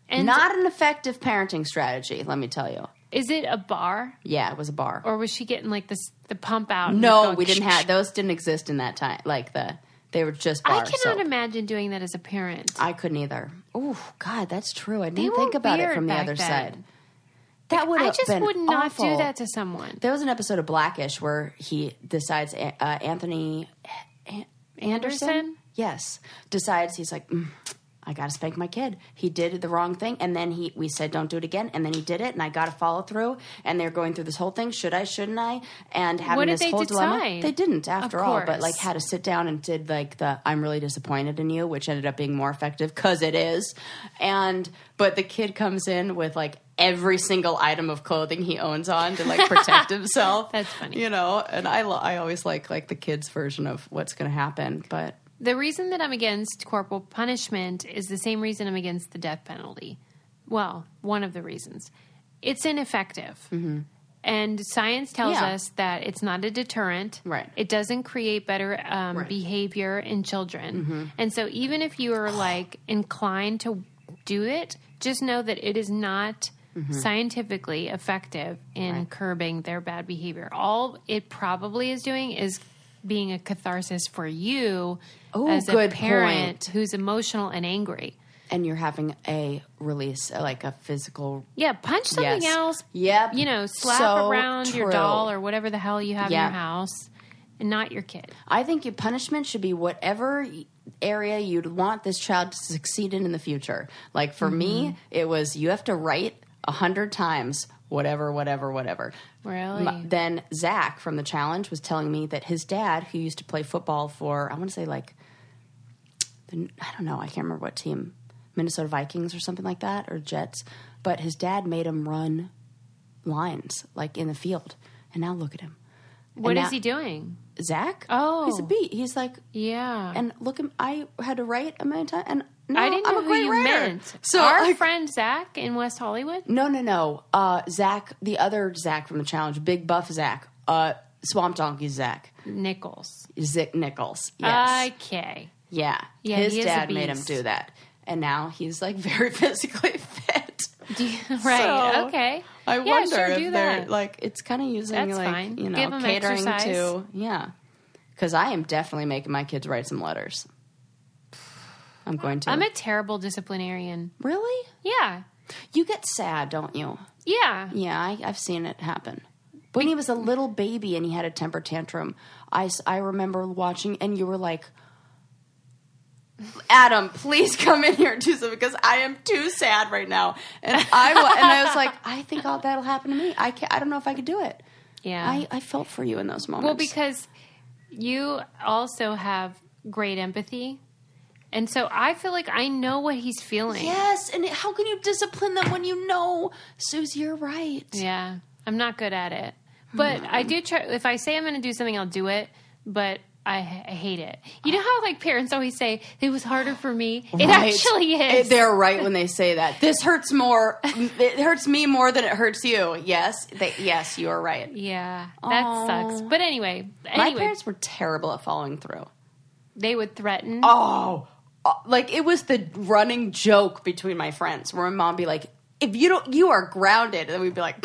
[SPEAKER 1] And
[SPEAKER 2] Not an effective parenting strategy, let me tell you.
[SPEAKER 1] is it a bar
[SPEAKER 2] Yeah, it was a bar.
[SPEAKER 1] or was she getting like this the pump out? and
[SPEAKER 2] no,
[SPEAKER 1] going,
[SPEAKER 2] we didn't have those. Didn't exist in that time. Like the they were just
[SPEAKER 1] I
[SPEAKER 2] bar
[SPEAKER 1] cannot
[SPEAKER 2] soap.
[SPEAKER 1] imagine doing that as a parent.
[SPEAKER 2] I couldn't either. Oh God, that's true. I
[SPEAKER 1] They
[SPEAKER 2] didn't
[SPEAKER 1] were
[SPEAKER 2] think about it
[SPEAKER 1] weird
[SPEAKER 2] from the
[SPEAKER 1] back
[SPEAKER 2] other
[SPEAKER 1] then.
[SPEAKER 2] side. That would
[SPEAKER 1] I
[SPEAKER 2] have
[SPEAKER 1] just
[SPEAKER 2] been
[SPEAKER 1] would not do
[SPEAKER 2] awful.
[SPEAKER 1] that to someone.
[SPEAKER 2] There was an episode of Blackish where he decides uh, Anthony An- Anderson?
[SPEAKER 1] Anderson?
[SPEAKER 2] yes, decides he's like, "Mm, I got to spank my kid. He did the wrong thing, and then he we said don't do it again, and then he did it, and I got to follow through. And they're going through this whole thing: should I, shouldn't I? And having
[SPEAKER 1] did
[SPEAKER 2] this
[SPEAKER 1] they
[SPEAKER 2] whole dilemma.
[SPEAKER 1] decide?
[SPEAKER 2] They didn't, after
[SPEAKER 1] Of
[SPEAKER 2] all, but
[SPEAKER 1] course.
[SPEAKER 2] like had to sit down and did like the I'm really disappointed in you, which ended up being more effective because it is. And but the kid comes in with like every single item of clothing he owns on to
[SPEAKER 1] <laughs>
[SPEAKER 2] like protect himself.
[SPEAKER 1] That's funny.
[SPEAKER 2] you know. And I lo- I always like like the kid's version of what's going to happen, but
[SPEAKER 1] The reason that I'm against corporal punishment is the same reason I'm against the death penalty. Well, one of the reasons. It's ineffective. And science tells
[SPEAKER 2] Mm-hmm. Yeah.
[SPEAKER 1] us that it's not a deterrent.
[SPEAKER 2] Right.
[SPEAKER 1] It doesn't create better um,
[SPEAKER 2] Right. Mm-hmm.
[SPEAKER 1] behavior in children. And so, even if you are like inclined to do it, just know that it is not
[SPEAKER 2] Mm-hmm.
[SPEAKER 1] scientifically effective in curbing their bad behavior. All it probably is doing is being a catharsis for you
[SPEAKER 2] Oh,
[SPEAKER 1] as
[SPEAKER 2] good
[SPEAKER 1] a parent
[SPEAKER 2] point.
[SPEAKER 1] who's emotional and angry.
[SPEAKER 2] and you're having a release uh, like a physical
[SPEAKER 1] Yeah, punch something
[SPEAKER 2] Yes.
[SPEAKER 1] else.
[SPEAKER 2] Yep.
[SPEAKER 1] You know, slap
[SPEAKER 2] So
[SPEAKER 1] around your
[SPEAKER 2] true.
[SPEAKER 1] doll or whatever the hell you have
[SPEAKER 2] Yeah.
[SPEAKER 1] in your house and not your kid.
[SPEAKER 2] I think your punishment should be whatever area you'd want this child to succeed in in the future. Like for
[SPEAKER 1] Mm-hmm.
[SPEAKER 2] me, it was you have to write a hundred times whatever, whatever, whatever.
[SPEAKER 1] Really?
[SPEAKER 2] then Zach from the challenge was telling me that his dad, who used to play football for, I want to say like, the, I don't know, I can't remember what team, Minnesota Vikings or something like that, or Jets, but his dad made him run lines like in the field, and now look at him.
[SPEAKER 1] What is
[SPEAKER 2] And now-
[SPEAKER 1] he doing?
[SPEAKER 2] Zach?
[SPEAKER 1] Oh.
[SPEAKER 2] he's a beat. He's like,
[SPEAKER 1] Yeah.
[SPEAKER 2] and look, at- I had to write a million times, and no,
[SPEAKER 1] I didn't
[SPEAKER 2] I'm
[SPEAKER 1] know
[SPEAKER 2] a
[SPEAKER 1] who
[SPEAKER 2] great
[SPEAKER 1] you
[SPEAKER 2] writer.
[SPEAKER 1] meant.
[SPEAKER 2] So
[SPEAKER 1] our
[SPEAKER 2] like,
[SPEAKER 1] friend Zach in West Hollywood.
[SPEAKER 2] no, no, no. Uh, Zach, the other Zach from the challenge, big buff Zach, uh, Swamp Donkey Zach,
[SPEAKER 1] Nichols.
[SPEAKER 2] Zick Nichols. Yes, <laughs>
[SPEAKER 1] Okay.
[SPEAKER 2] yeah,
[SPEAKER 1] Yeah,
[SPEAKER 2] His
[SPEAKER 1] he is a
[SPEAKER 2] dad made him
[SPEAKER 1] beast.
[SPEAKER 2] do that, and now he's like <laughs> very physically fit.
[SPEAKER 1] Do you- <laughs> right.
[SPEAKER 2] So,
[SPEAKER 1] okay.
[SPEAKER 2] I
[SPEAKER 1] Yeah,
[SPEAKER 2] wonder
[SPEAKER 1] sure,
[SPEAKER 2] if
[SPEAKER 1] do
[SPEAKER 2] they're
[SPEAKER 1] that.
[SPEAKER 2] like it's kind of using
[SPEAKER 1] That's
[SPEAKER 2] like
[SPEAKER 1] fine.
[SPEAKER 2] you know
[SPEAKER 1] Give 'em
[SPEAKER 2] catering
[SPEAKER 1] exercise.
[SPEAKER 2] to yeah. Because I am definitely making my kids write some letters. I'm going to.
[SPEAKER 1] I'm a terrible disciplinarian.
[SPEAKER 2] really?
[SPEAKER 1] Yeah.
[SPEAKER 2] You get sad, don't you?
[SPEAKER 1] Yeah.
[SPEAKER 2] Yeah, I, I've seen it happen. When he was a little baby and he had a temper tantrum, I, s- I remember watching, and you were like, Adam, please come in here and do something because I am too sad right now. And I, wa- and I was like, I think all that'll happen to me. I, can't, I don't know if I could do it.
[SPEAKER 1] Yeah.
[SPEAKER 2] I, I felt for you in those moments.
[SPEAKER 1] Well, because you also have great empathy. And so I feel like I know what he's feeling.
[SPEAKER 2] Yes, and it- how can you discipline them when you know, Susie, you're right?
[SPEAKER 1] Yeah. I'm not good at it. But I do try if I say I'm going to do something, I'll do it, but I, h- I hate it. You know how like parents always say it was harder for me? It
[SPEAKER 2] Right.
[SPEAKER 1] actually
[SPEAKER 2] It-
[SPEAKER 1] is.
[SPEAKER 2] they're right when they say that. This hurts more. It hurts me more than it hurts you. Yes, they, yes, you are right.
[SPEAKER 1] yeah. That
[SPEAKER 2] Aw.
[SPEAKER 1] sucks. But anyway,
[SPEAKER 2] My
[SPEAKER 1] anyway,
[SPEAKER 2] parents were terrible at following through.
[SPEAKER 1] they would threaten.
[SPEAKER 2] Oh, uh, like it was the running joke between my friends, where my mom be like, "If you don't, you are grounded," and then we'd be like,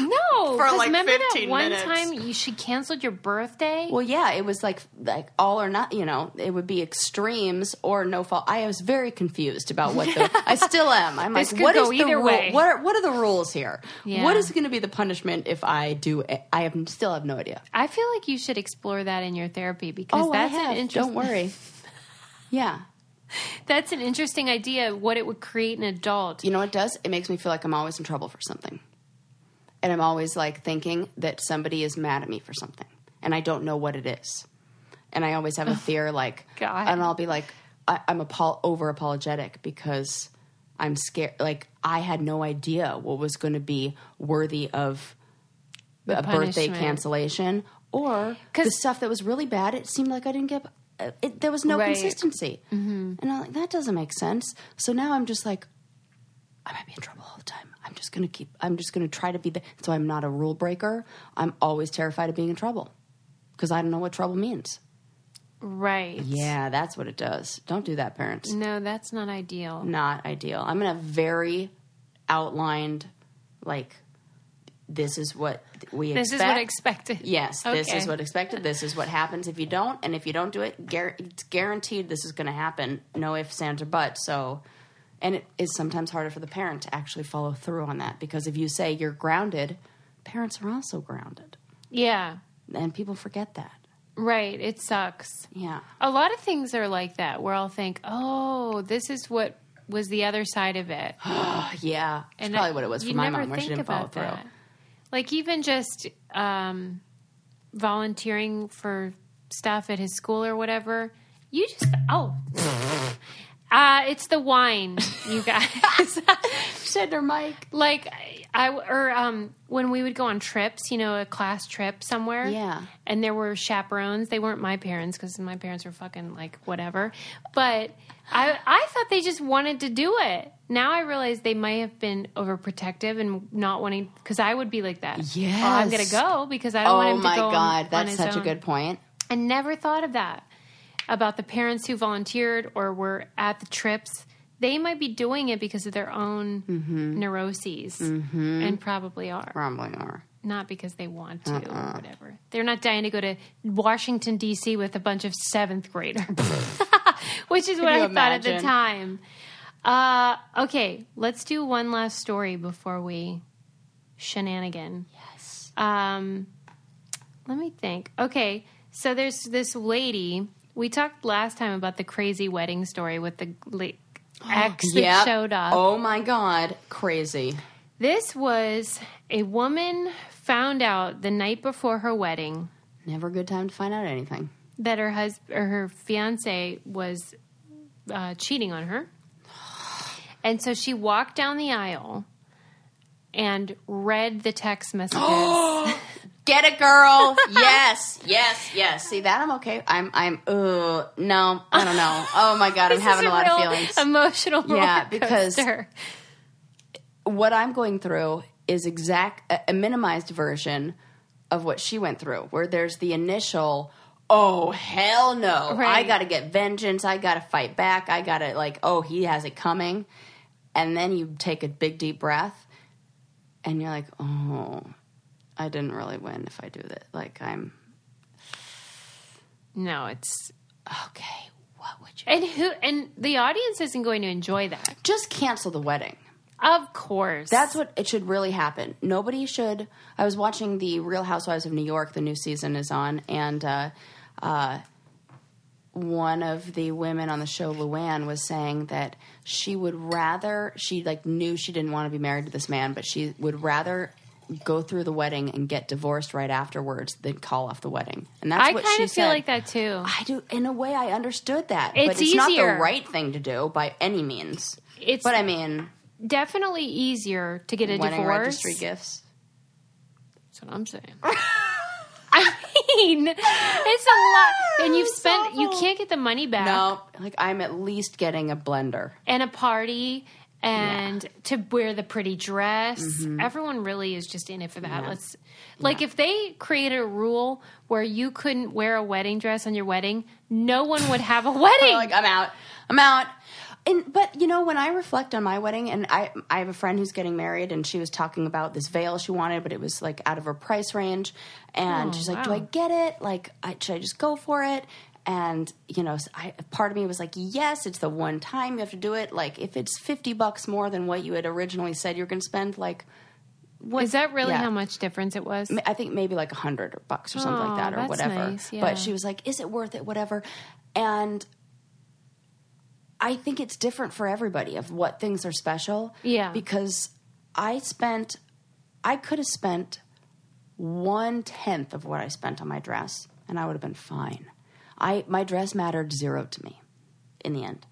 [SPEAKER 2] <laughs>
[SPEAKER 1] no,
[SPEAKER 2] for
[SPEAKER 1] 'cause
[SPEAKER 2] like
[SPEAKER 1] remember
[SPEAKER 2] 15
[SPEAKER 1] that one
[SPEAKER 2] minutes.
[SPEAKER 1] time you, she canceled your birthday?
[SPEAKER 2] "Well, yeah, it was like like all or not." You know, it would be extremes or no fault. I was very confused about what
[SPEAKER 1] <laughs>
[SPEAKER 2] the. I still am. I'm
[SPEAKER 1] This
[SPEAKER 2] like,
[SPEAKER 1] could
[SPEAKER 2] what is
[SPEAKER 1] go
[SPEAKER 2] the
[SPEAKER 1] either
[SPEAKER 2] rule?
[SPEAKER 1] way.
[SPEAKER 2] What are what are the rules here?
[SPEAKER 1] Yeah.
[SPEAKER 2] What is going to be the punishment if I do? a- I have still have no idea.
[SPEAKER 1] I feel like you should explore that in your therapy because that's an
[SPEAKER 2] Oh, Don't
[SPEAKER 1] interesting <laughs>
[SPEAKER 2] worry. yeah.
[SPEAKER 1] that's an interesting idea what it would create in an adult.
[SPEAKER 2] You know what it does? It makes me feel like I'm always in trouble for something. And I'm always like thinking that somebody is mad at me for something. And I don't know what it is. And I always have a fear like,
[SPEAKER 1] God.
[SPEAKER 2] and I'll be like, I, I'm apo- over apologetic because I'm scared. Like, I had no idea what was going to be worthy of a birthday
[SPEAKER 1] punishment.
[SPEAKER 2] cancellation or
[SPEAKER 1] 'Cause-
[SPEAKER 2] the stuff that was really bad. It seemed like I didn't get. uh, It, there was no
[SPEAKER 1] Right. Mm-hmm.
[SPEAKER 2] consistency, and I'm like, that doesn't make sense. So now I'm just like, I might be in trouble all the time. I'm just gonna keep. I'm just gonna try to be the. So I'm not a rule breaker. I'm always terrified of being in trouble because I don't know what trouble means.
[SPEAKER 1] Right.
[SPEAKER 2] Yeah, that's what it does. Don't do that, parents.
[SPEAKER 1] No, that's not ideal.
[SPEAKER 2] Not ideal. I'm gonna very outlined, like this is what we
[SPEAKER 1] This
[SPEAKER 2] expect.
[SPEAKER 1] is what expected.
[SPEAKER 2] <laughs> Yes, this is
[SPEAKER 1] Okay.
[SPEAKER 2] what expected. This is what happens if you don't, and if you don't do it, guar- it's guaranteed this is going to happen. No ifs, ands, or buts. So, and it is sometimes harder for the parent to actually follow through on that because if you say you're grounded, parents are also grounded,
[SPEAKER 1] Yeah.
[SPEAKER 2] and people forget that.
[SPEAKER 1] Right. It sucks.
[SPEAKER 2] Yeah,
[SPEAKER 1] A lot of things are like that where I'll think, "Oh, this is what was the other side of
[SPEAKER 2] <gasps>
[SPEAKER 1] it."
[SPEAKER 2] yeah. That's probably what it was for
[SPEAKER 1] you
[SPEAKER 2] my
[SPEAKER 1] never
[SPEAKER 2] mom, where she
[SPEAKER 1] think
[SPEAKER 2] didn't follow
[SPEAKER 1] about
[SPEAKER 2] through.
[SPEAKER 1] that. Like even just um, volunteering for stuff at his school or whatever, you just
[SPEAKER 2] <laughs>
[SPEAKER 1] oh, uh, it's the wine, you
[SPEAKER 2] <laughs>
[SPEAKER 1] guys.
[SPEAKER 2] Said her mic.
[SPEAKER 1] like I or um, when we would go on trips, you know, a class trip somewhere,
[SPEAKER 2] Yeah.
[SPEAKER 1] and there were chaperones. They weren't my parents because my parents were fucking like whatever. But I I thought they just wanted to do it. Now I realize they might have been overprotective and not wanting because I would be like that. Yeah,
[SPEAKER 2] Yes.
[SPEAKER 1] I'm gonna go because I don't want
[SPEAKER 2] Oh
[SPEAKER 1] him to
[SPEAKER 2] my
[SPEAKER 1] go. on-
[SPEAKER 2] god,
[SPEAKER 1] on
[SPEAKER 2] that's
[SPEAKER 1] his
[SPEAKER 2] such a
[SPEAKER 1] own.
[SPEAKER 2] good point.
[SPEAKER 1] I never thought of that about the parents who volunteered or were at the trips. They might be doing it because of their own neuroses and probably are
[SPEAKER 2] Rumbling or
[SPEAKER 1] not because they want to
[SPEAKER 2] Uh-uh.
[SPEAKER 1] or whatever. They're not dying to go to Washington D.C. with a bunch of seventh graders, <laughs> which is what
[SPEAKER 2] you
[SPEAKER 1] I thought at the
[SPEAKER 2] imagine?
[SPEAKER 1] time. Uh, okay, let's do one last story before we shenanigan. Yes. Um, let me think. Okay, so there's this lady. We talked last time about the crazy wedding story with the
[SPEAKER 2] <gasps>
[SPEAKER 1] like, ex that
[SPEAKER 2] Yep.
[SPEAKER 1] showed up.
[SPEAKER 2] Oh my god, crazy.
[SPEAKER 1] This was a woman found out the night before her wedding
[SPEAKER 2] Never a good time to find out anything.
[SPEAKER 1] that her husband or her fiance was uh, cheating on her, and so she walked down the aisle and read the text
[SPEAKER 2] <gasps>
[SPEAKER 1] messages.
[SPEAKER 2] Get
[SPEAKER 1] <laughs>
[SPEAKER 2] it, girl. yes, yes, yes. See that I'm okay. I'm I'm uh no, I
[SPEAKER 1] <laughs>
[SPEAKER 2] don't know. Oh my god, I'm
[SPEAKER 1] This
[SPEAKER 2] having
[SPEAKER 1] is
[SPEAKER 2] a lot
[SPEAKER 1] real
[SPEAKER 2] of feelings.
[SPEAKER 1] Emotional,
[SPEAKER 2] Yeah,
[SPEAKER 1] roller
[SPEAKER 2] because-
[SPEAKER 1] coaster.
[SPEAKER 2] what I'm going through is exact a, a minimized version of what she went through, where there's the initial Oh hell no. I
[SPEAKER 1] Right.
[SPEAKER 2] got to get vengeance. I got to fight back. I got to like, oh, he has it coming. And then you take a big deep breath and you're like, "Oh, I didn't really win if I do that. Like I'm
[SPEAKER 1] no, it's
[SPEAKER 2] okay. What would you
[SPEAKER 1] and who and the audience isn't going to enjoy that.
[SPEAKER 2] just cancel the wedding.
[SPEAKER 1] Of course,
[SPEAKER 2] That's what it should really happen. Nobody should. I was watching the Real Housewives of New York. The new season is on, and uh, uh, one of the women on the show, Luann, was saying that she would rather she like knew she didn't want to be married to this man, but she would rather go through the wedding and get divorced right afterwards than call off the wedding. And that's
[SPEAKER 1] I
[SPEAKER 2] what
[SPEAKER 1] kind
[SPEAKER 2] she
[SPEAKER 1] of feel
[SPEAKER 2] said.
[SPEAKER 1] like that
[SPEAKER 2] <sighs>
[SPEAKER 1] too.
[SPEAKER 2] I do. In a way, I understood that, but
[SPEAKER 1] It's
[SPEAKER 2] it's not
[SPEAKER 1] easier.
[SPEAKER 2] the right thing to do by any means.
[SPEAKER 1] It's
[SPEAKER 2] But I mean,
[SPEAKER 1] definitely easier to get a
[SPEAKER 2] wedding
[SPEAKER 1] divorce.
[SPEAKER 2] registry gifts.
[SPEAKER 1] That's what I'm
[SPEAKER 2] <laughs>
[SPEAKER 1] saying. I mean, it's a lot, and you've
[SPEAKER 2] It's
[SPEAKER 1] spent. You
[SPEAKER 2] awful.
[SPEAKER 1] can't get the money back,
[SPEAKER 2] No, like I'm at least getting a blender.
[SPEAKER 1] and a party, and to wear the pretty dress.
[SPEAKER 2] Mm-hmm.
[SPEAKER 1] Everyone really is just in it for that. Let's, like, if they created a rule where you couldn't wear a wedding dress on your wedding, no one would have
[SPEAKER 2] <laughs>
[SPEAKER 1] a wedding.
[SPEAKER 2] Like uh, I'm out. I'm out. And but you know when I reflect on my wedding and I I have a friend who's getting married and she was talking about this veil she wanted but it was like out of her price range and she's like do
[SPEAKER 1] wow.
[SPEAKER 2] I get it like I, should I just go for it and you know I, part of me was like yes it's the one time you have to do it like if it's 50 bucks more than what you had originally said you're going to spend like
[SPEAKER 1] Is that really
[SPEAKER 2] Yeah.
[SPEAKER 1] how much difference it was?
[SPEAKER 2] I think maybe like a hundred bucks or something
[SPEAKER 1] Oh,
[SPEAKER 2] like that or
[SPEAKER 1] that's
[SPEAKER 2] whatever.
[SPEAKER 1] nice, yeah.
[SPEAKER 2] But she was like, "Is it worth it? Whatever." And I think it's different for everybody of what things are special.
[SPEAKER 1] Yeah.
[SPEAKER 2] because I spent, I could have spent one tenth of what I spent on my dress, and I would have been fine. I my dress mattered zero to me in the end.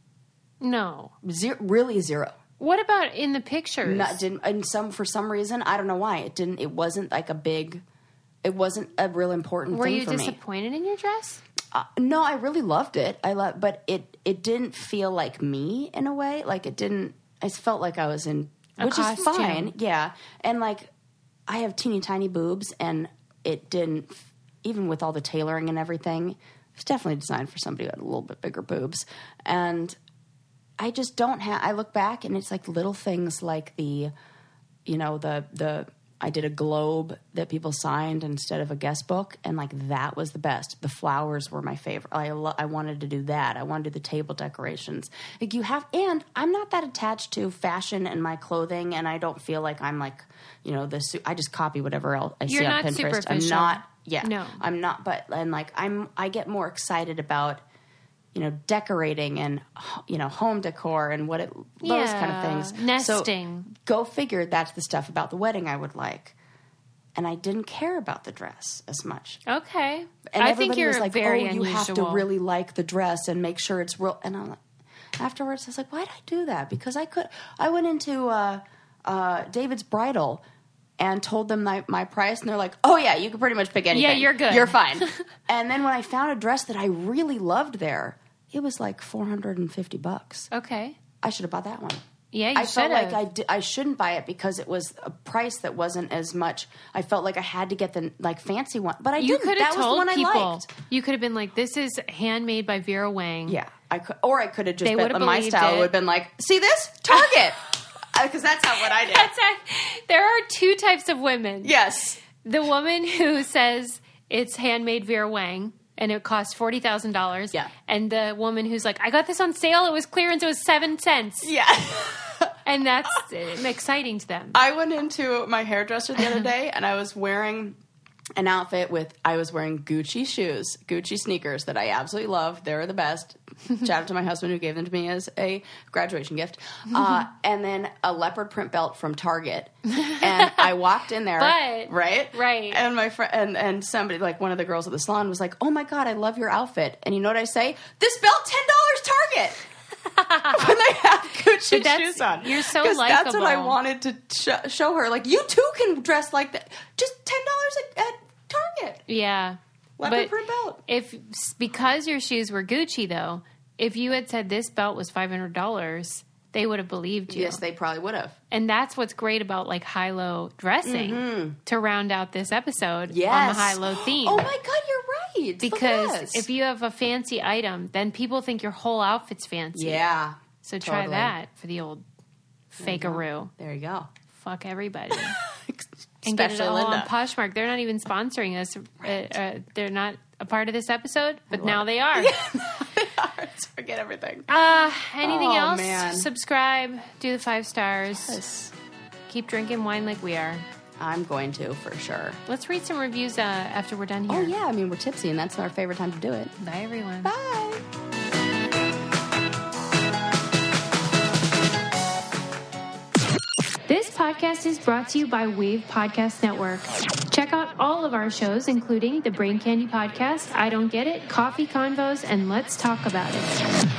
[SPEAKER 1] No.
[SPEAKER 2] Zero, really zero.
[SPEAKER 1] What about in the pictures?
[SPEAKER 2] Not didn't and some for some reason I don't know why it didn't. It wasn't like a big. It wasn't a real important
[SPEAKER 1] Were
[SPEAKER 2] thing
[SPEAKER 1] you
[SPEAKER 2] for me.
[SPEAKER 1] disappointed in your dress?
[SPEAKER 2] Uh, no, I really loved it. I love, but it it didn't feel like me in a way. Like it didn't. I felt like I was in
[SPEAKER 1] A
[SPEAKER 2] which is
[SPEAKER 1] costume.
[SPEAKER 2] fine. Yeah. And like, I have teeny tiny boobs, and it didn't, even with all the tailoring and everything, it's definitely designed for somebody who had a little bit bigger boobs. And I just don't have, I look back and it's like little things like the, you know, the, the, I did a globe that people signed instead of a guest book, and like that was the best. The flowers were my favorite. I lo- I wanted to do that. I wanted to do the table decorations. Like you have, and I'm not that attached to fashion and my clothing, and I don't feel like I'm like, you know, the suit. I just copy whatever else I
[SPEAKER 1] You're
[SPEAKER 2] see on
[SPEAKER 1] not
[SPEAKER 2] Pinterest. I'm
[SPEAKER 1] superficial.
[SPEAKER 2] not. Yeah,
[SPEAKER 1] No.
[SPEAKER 2] I'm not. But and like I'm, I get more excited about, you know, decorating and you know home decor and what it those kind
[SPEAKER 1] Yeah,
[SPEAKER 2] of things. So-
[SPEAKER 1] nesting.
[SPEAKER 2] go figure that's the stuff about the wedding I would like. And I didn't care about the dress as much.
[SPEAKER 1] Okay.
[SPEAKER 2] And
[SPEAKER 1] I
[SPEAKER 2] everybody
[SPEAKER 1] think you're
[SPEAKER 2] was like,
[SPEAKER 1] very
[SPEAKER 2] oh,
[SPEAKER 1] unusual.
[SPEAKER 2] you have to really like the dress and make sure it's real. And I'm like, afterwards, I was like, why did I do that? Because I could, I went into uh, uh, David's Bridal and told them my, my price. And they're like, oh, yeah, you can pretty much pick anything.
[SPEAKER 1] you're good. <laughs>
[SPEAKER 2] You're fine. and then when I found a dress that I really loved there, it was like 450 bucks.
[SPEAKER 1] Okay.
[SPEAKER 2] I should have bought that one.
[SPEAKER 1] Yeah, you
[SPEAKER 2] I felt
[SPEAKER 1] should
[SPEAKER 2] like
[SPEAKER 1] have.
[SPEAKER 2] I, di- I shouldn't buy it because it was a price that wasn't as much. I felt like I had to get the like fancy one, but I
[SPEAKER 1] you
[SPEAKER 2] didn't.
[SPEAKER 1] could
[SPEAKER 2] That
[SPEAKER 1] have
[SPEAKER 2] was the
[SPEAKER 1] told
[SPEAKER 2] one I
[SPEAKER 1] people.
[SPEAKER 2] liked.
[SPEAKER 1] You could have been like, "This is handmade by Vera Wang."
[SPEAKER 2] Yeah, I could, or I could have just
[SPEAKER 1] They
[SPEAKER 2] been
[SPEAKER 1] would've
[SPEAKER 2] my
[SPEAKER 1] believed it.
[SPEAKER 2] style would have been like, see this Target, <laughs> because that's not what I
[SPEAKER 1] <laughs> <laughs>
[SPEAKER 2] did.
[SPEAKER 1] That's a, there are two types of women.
[SPEAKER 2] yes,
[SPEAKER 1] The woman who says it's handmade Vera Wang and it costs forty thousand dollars.
[SPEAKER 2] Yeah.
[SPEAKER 1] And the woman who's like, I got this on sale. It was clearance. It was seven cents.
[SPEAKER 2] <laughs> yeah.
[SPEAKER 1] And that's uh, exciting to them.
[SPEAKER 2] I went into my hairdresser the other day and I was wearing an outfit with I was wearing Gucci shoes, Gucci sneakers that I absolutely love. They're
[SPEAKER 1] <laughs>
[SPEAKER 2] the best. Shout out to my husband who gave them to me as a
[SPEAKER 1] <laughs>
[SPEAKER 2] graduation gift. Uh, and then a leopard print belt from Target.
[SPEAKER 1] <laughs>
[SPEAKER 2] And I walked in there,
[SPEAKER 1] But-
[SPEAKER 2] right,
[SPEAKER 1] right.
[SPEAKER 2] And my friend and and somebody like one of the girls at the salon was like, "Oh my god, I love your outfit." And you know what I say? This belt, ten dollars Target. <laughs> when I have Gucci
[SPEAKER 1] But that's-
[SPEAKER 2] shoes on,
[SPEAKER 1] you're so
[SPEAKER 2] 'Cause That's what I
[SPEAKER 1] likable.
[SPEAKER 2] want wanted to sh- show her, like, you too can dress like that. Just ten dollars at, at Target.
[SPEAKER 1] yeah.
[SPEAKER 2] Leopard
[SPEAKER 1] But-
[SPEAKER 2] print belt.
[SPEAKER 1] If because your shoes were Gucci though, if you had said this belt was five hundred dollars, they would have believed you.
[SPEAKER 2] Yes, they probably would have.
[SPEAKER 1] and that's what's great about like high low dressing to round out this episode
[SPEAKER 2] Mm-hmm. Yes,
[SPEAKER 1] on the high low theme.
[SPEAKER 2] <gasps> Oh my God, you're right.
[SPEAKER 1] because if you have a fancy item, then people think your whole outfit's fancy.
[SPEAKER 2] yeah,
[SPEAKER 1] So try
[SPEAKER 2] totally. Mm-hmm.
[SPEAKER 1] that for the old fakeroo.
[SPEAKER 2] There you go.
[SPEAKER 1] Fuck
[SPEAKER 2] <laughs>
[SPEAKER 1] everybody. <laughs> and get it
[SPEAKER 2] Especially
[SPEAKER 1] all on
[SPEAKER 2] Linda. <laughs>
[SPEAKER 1] Poshmark. They're not even sponsoring us. Uh, uh, they're not a part of this episode, but now
[SPEAKER 2] it.
[SPEAKER 1] they
[SPEAKER 2] <laughs>
[SPEAKER 1] are.
[SPEAKER 2] Let's Forget everything.
[SPEAKER 1] Uh, anything
[SPEAKER 2] Oh,
[SPEAKER 1] else?
[SPEAKER 2] man.
[SPEAKER 1] Subscribe, do the five stars,
[SPEAKER 2] Yes.
[SPEAKER 1] keep drinking wine like we are.
[SPEAKER 2] I'm going to for sure.
[SPEAKER 1] Let's read some reviews uh, after we're done here.
[SPEAKER 2] Oh yeah, I mean we're tipsy, and that's our favorite time to do it.
[SPEAKER 1] Bye, everyone.
[SPEAKER 2] Bye.
[SPEAKER 1] This podcast is brought to you by Wave Podcast Network. Check out all of our shows, including the Brain Candy Podcast, I Don't Get It, Coffee Convos, and Let's Talk About It.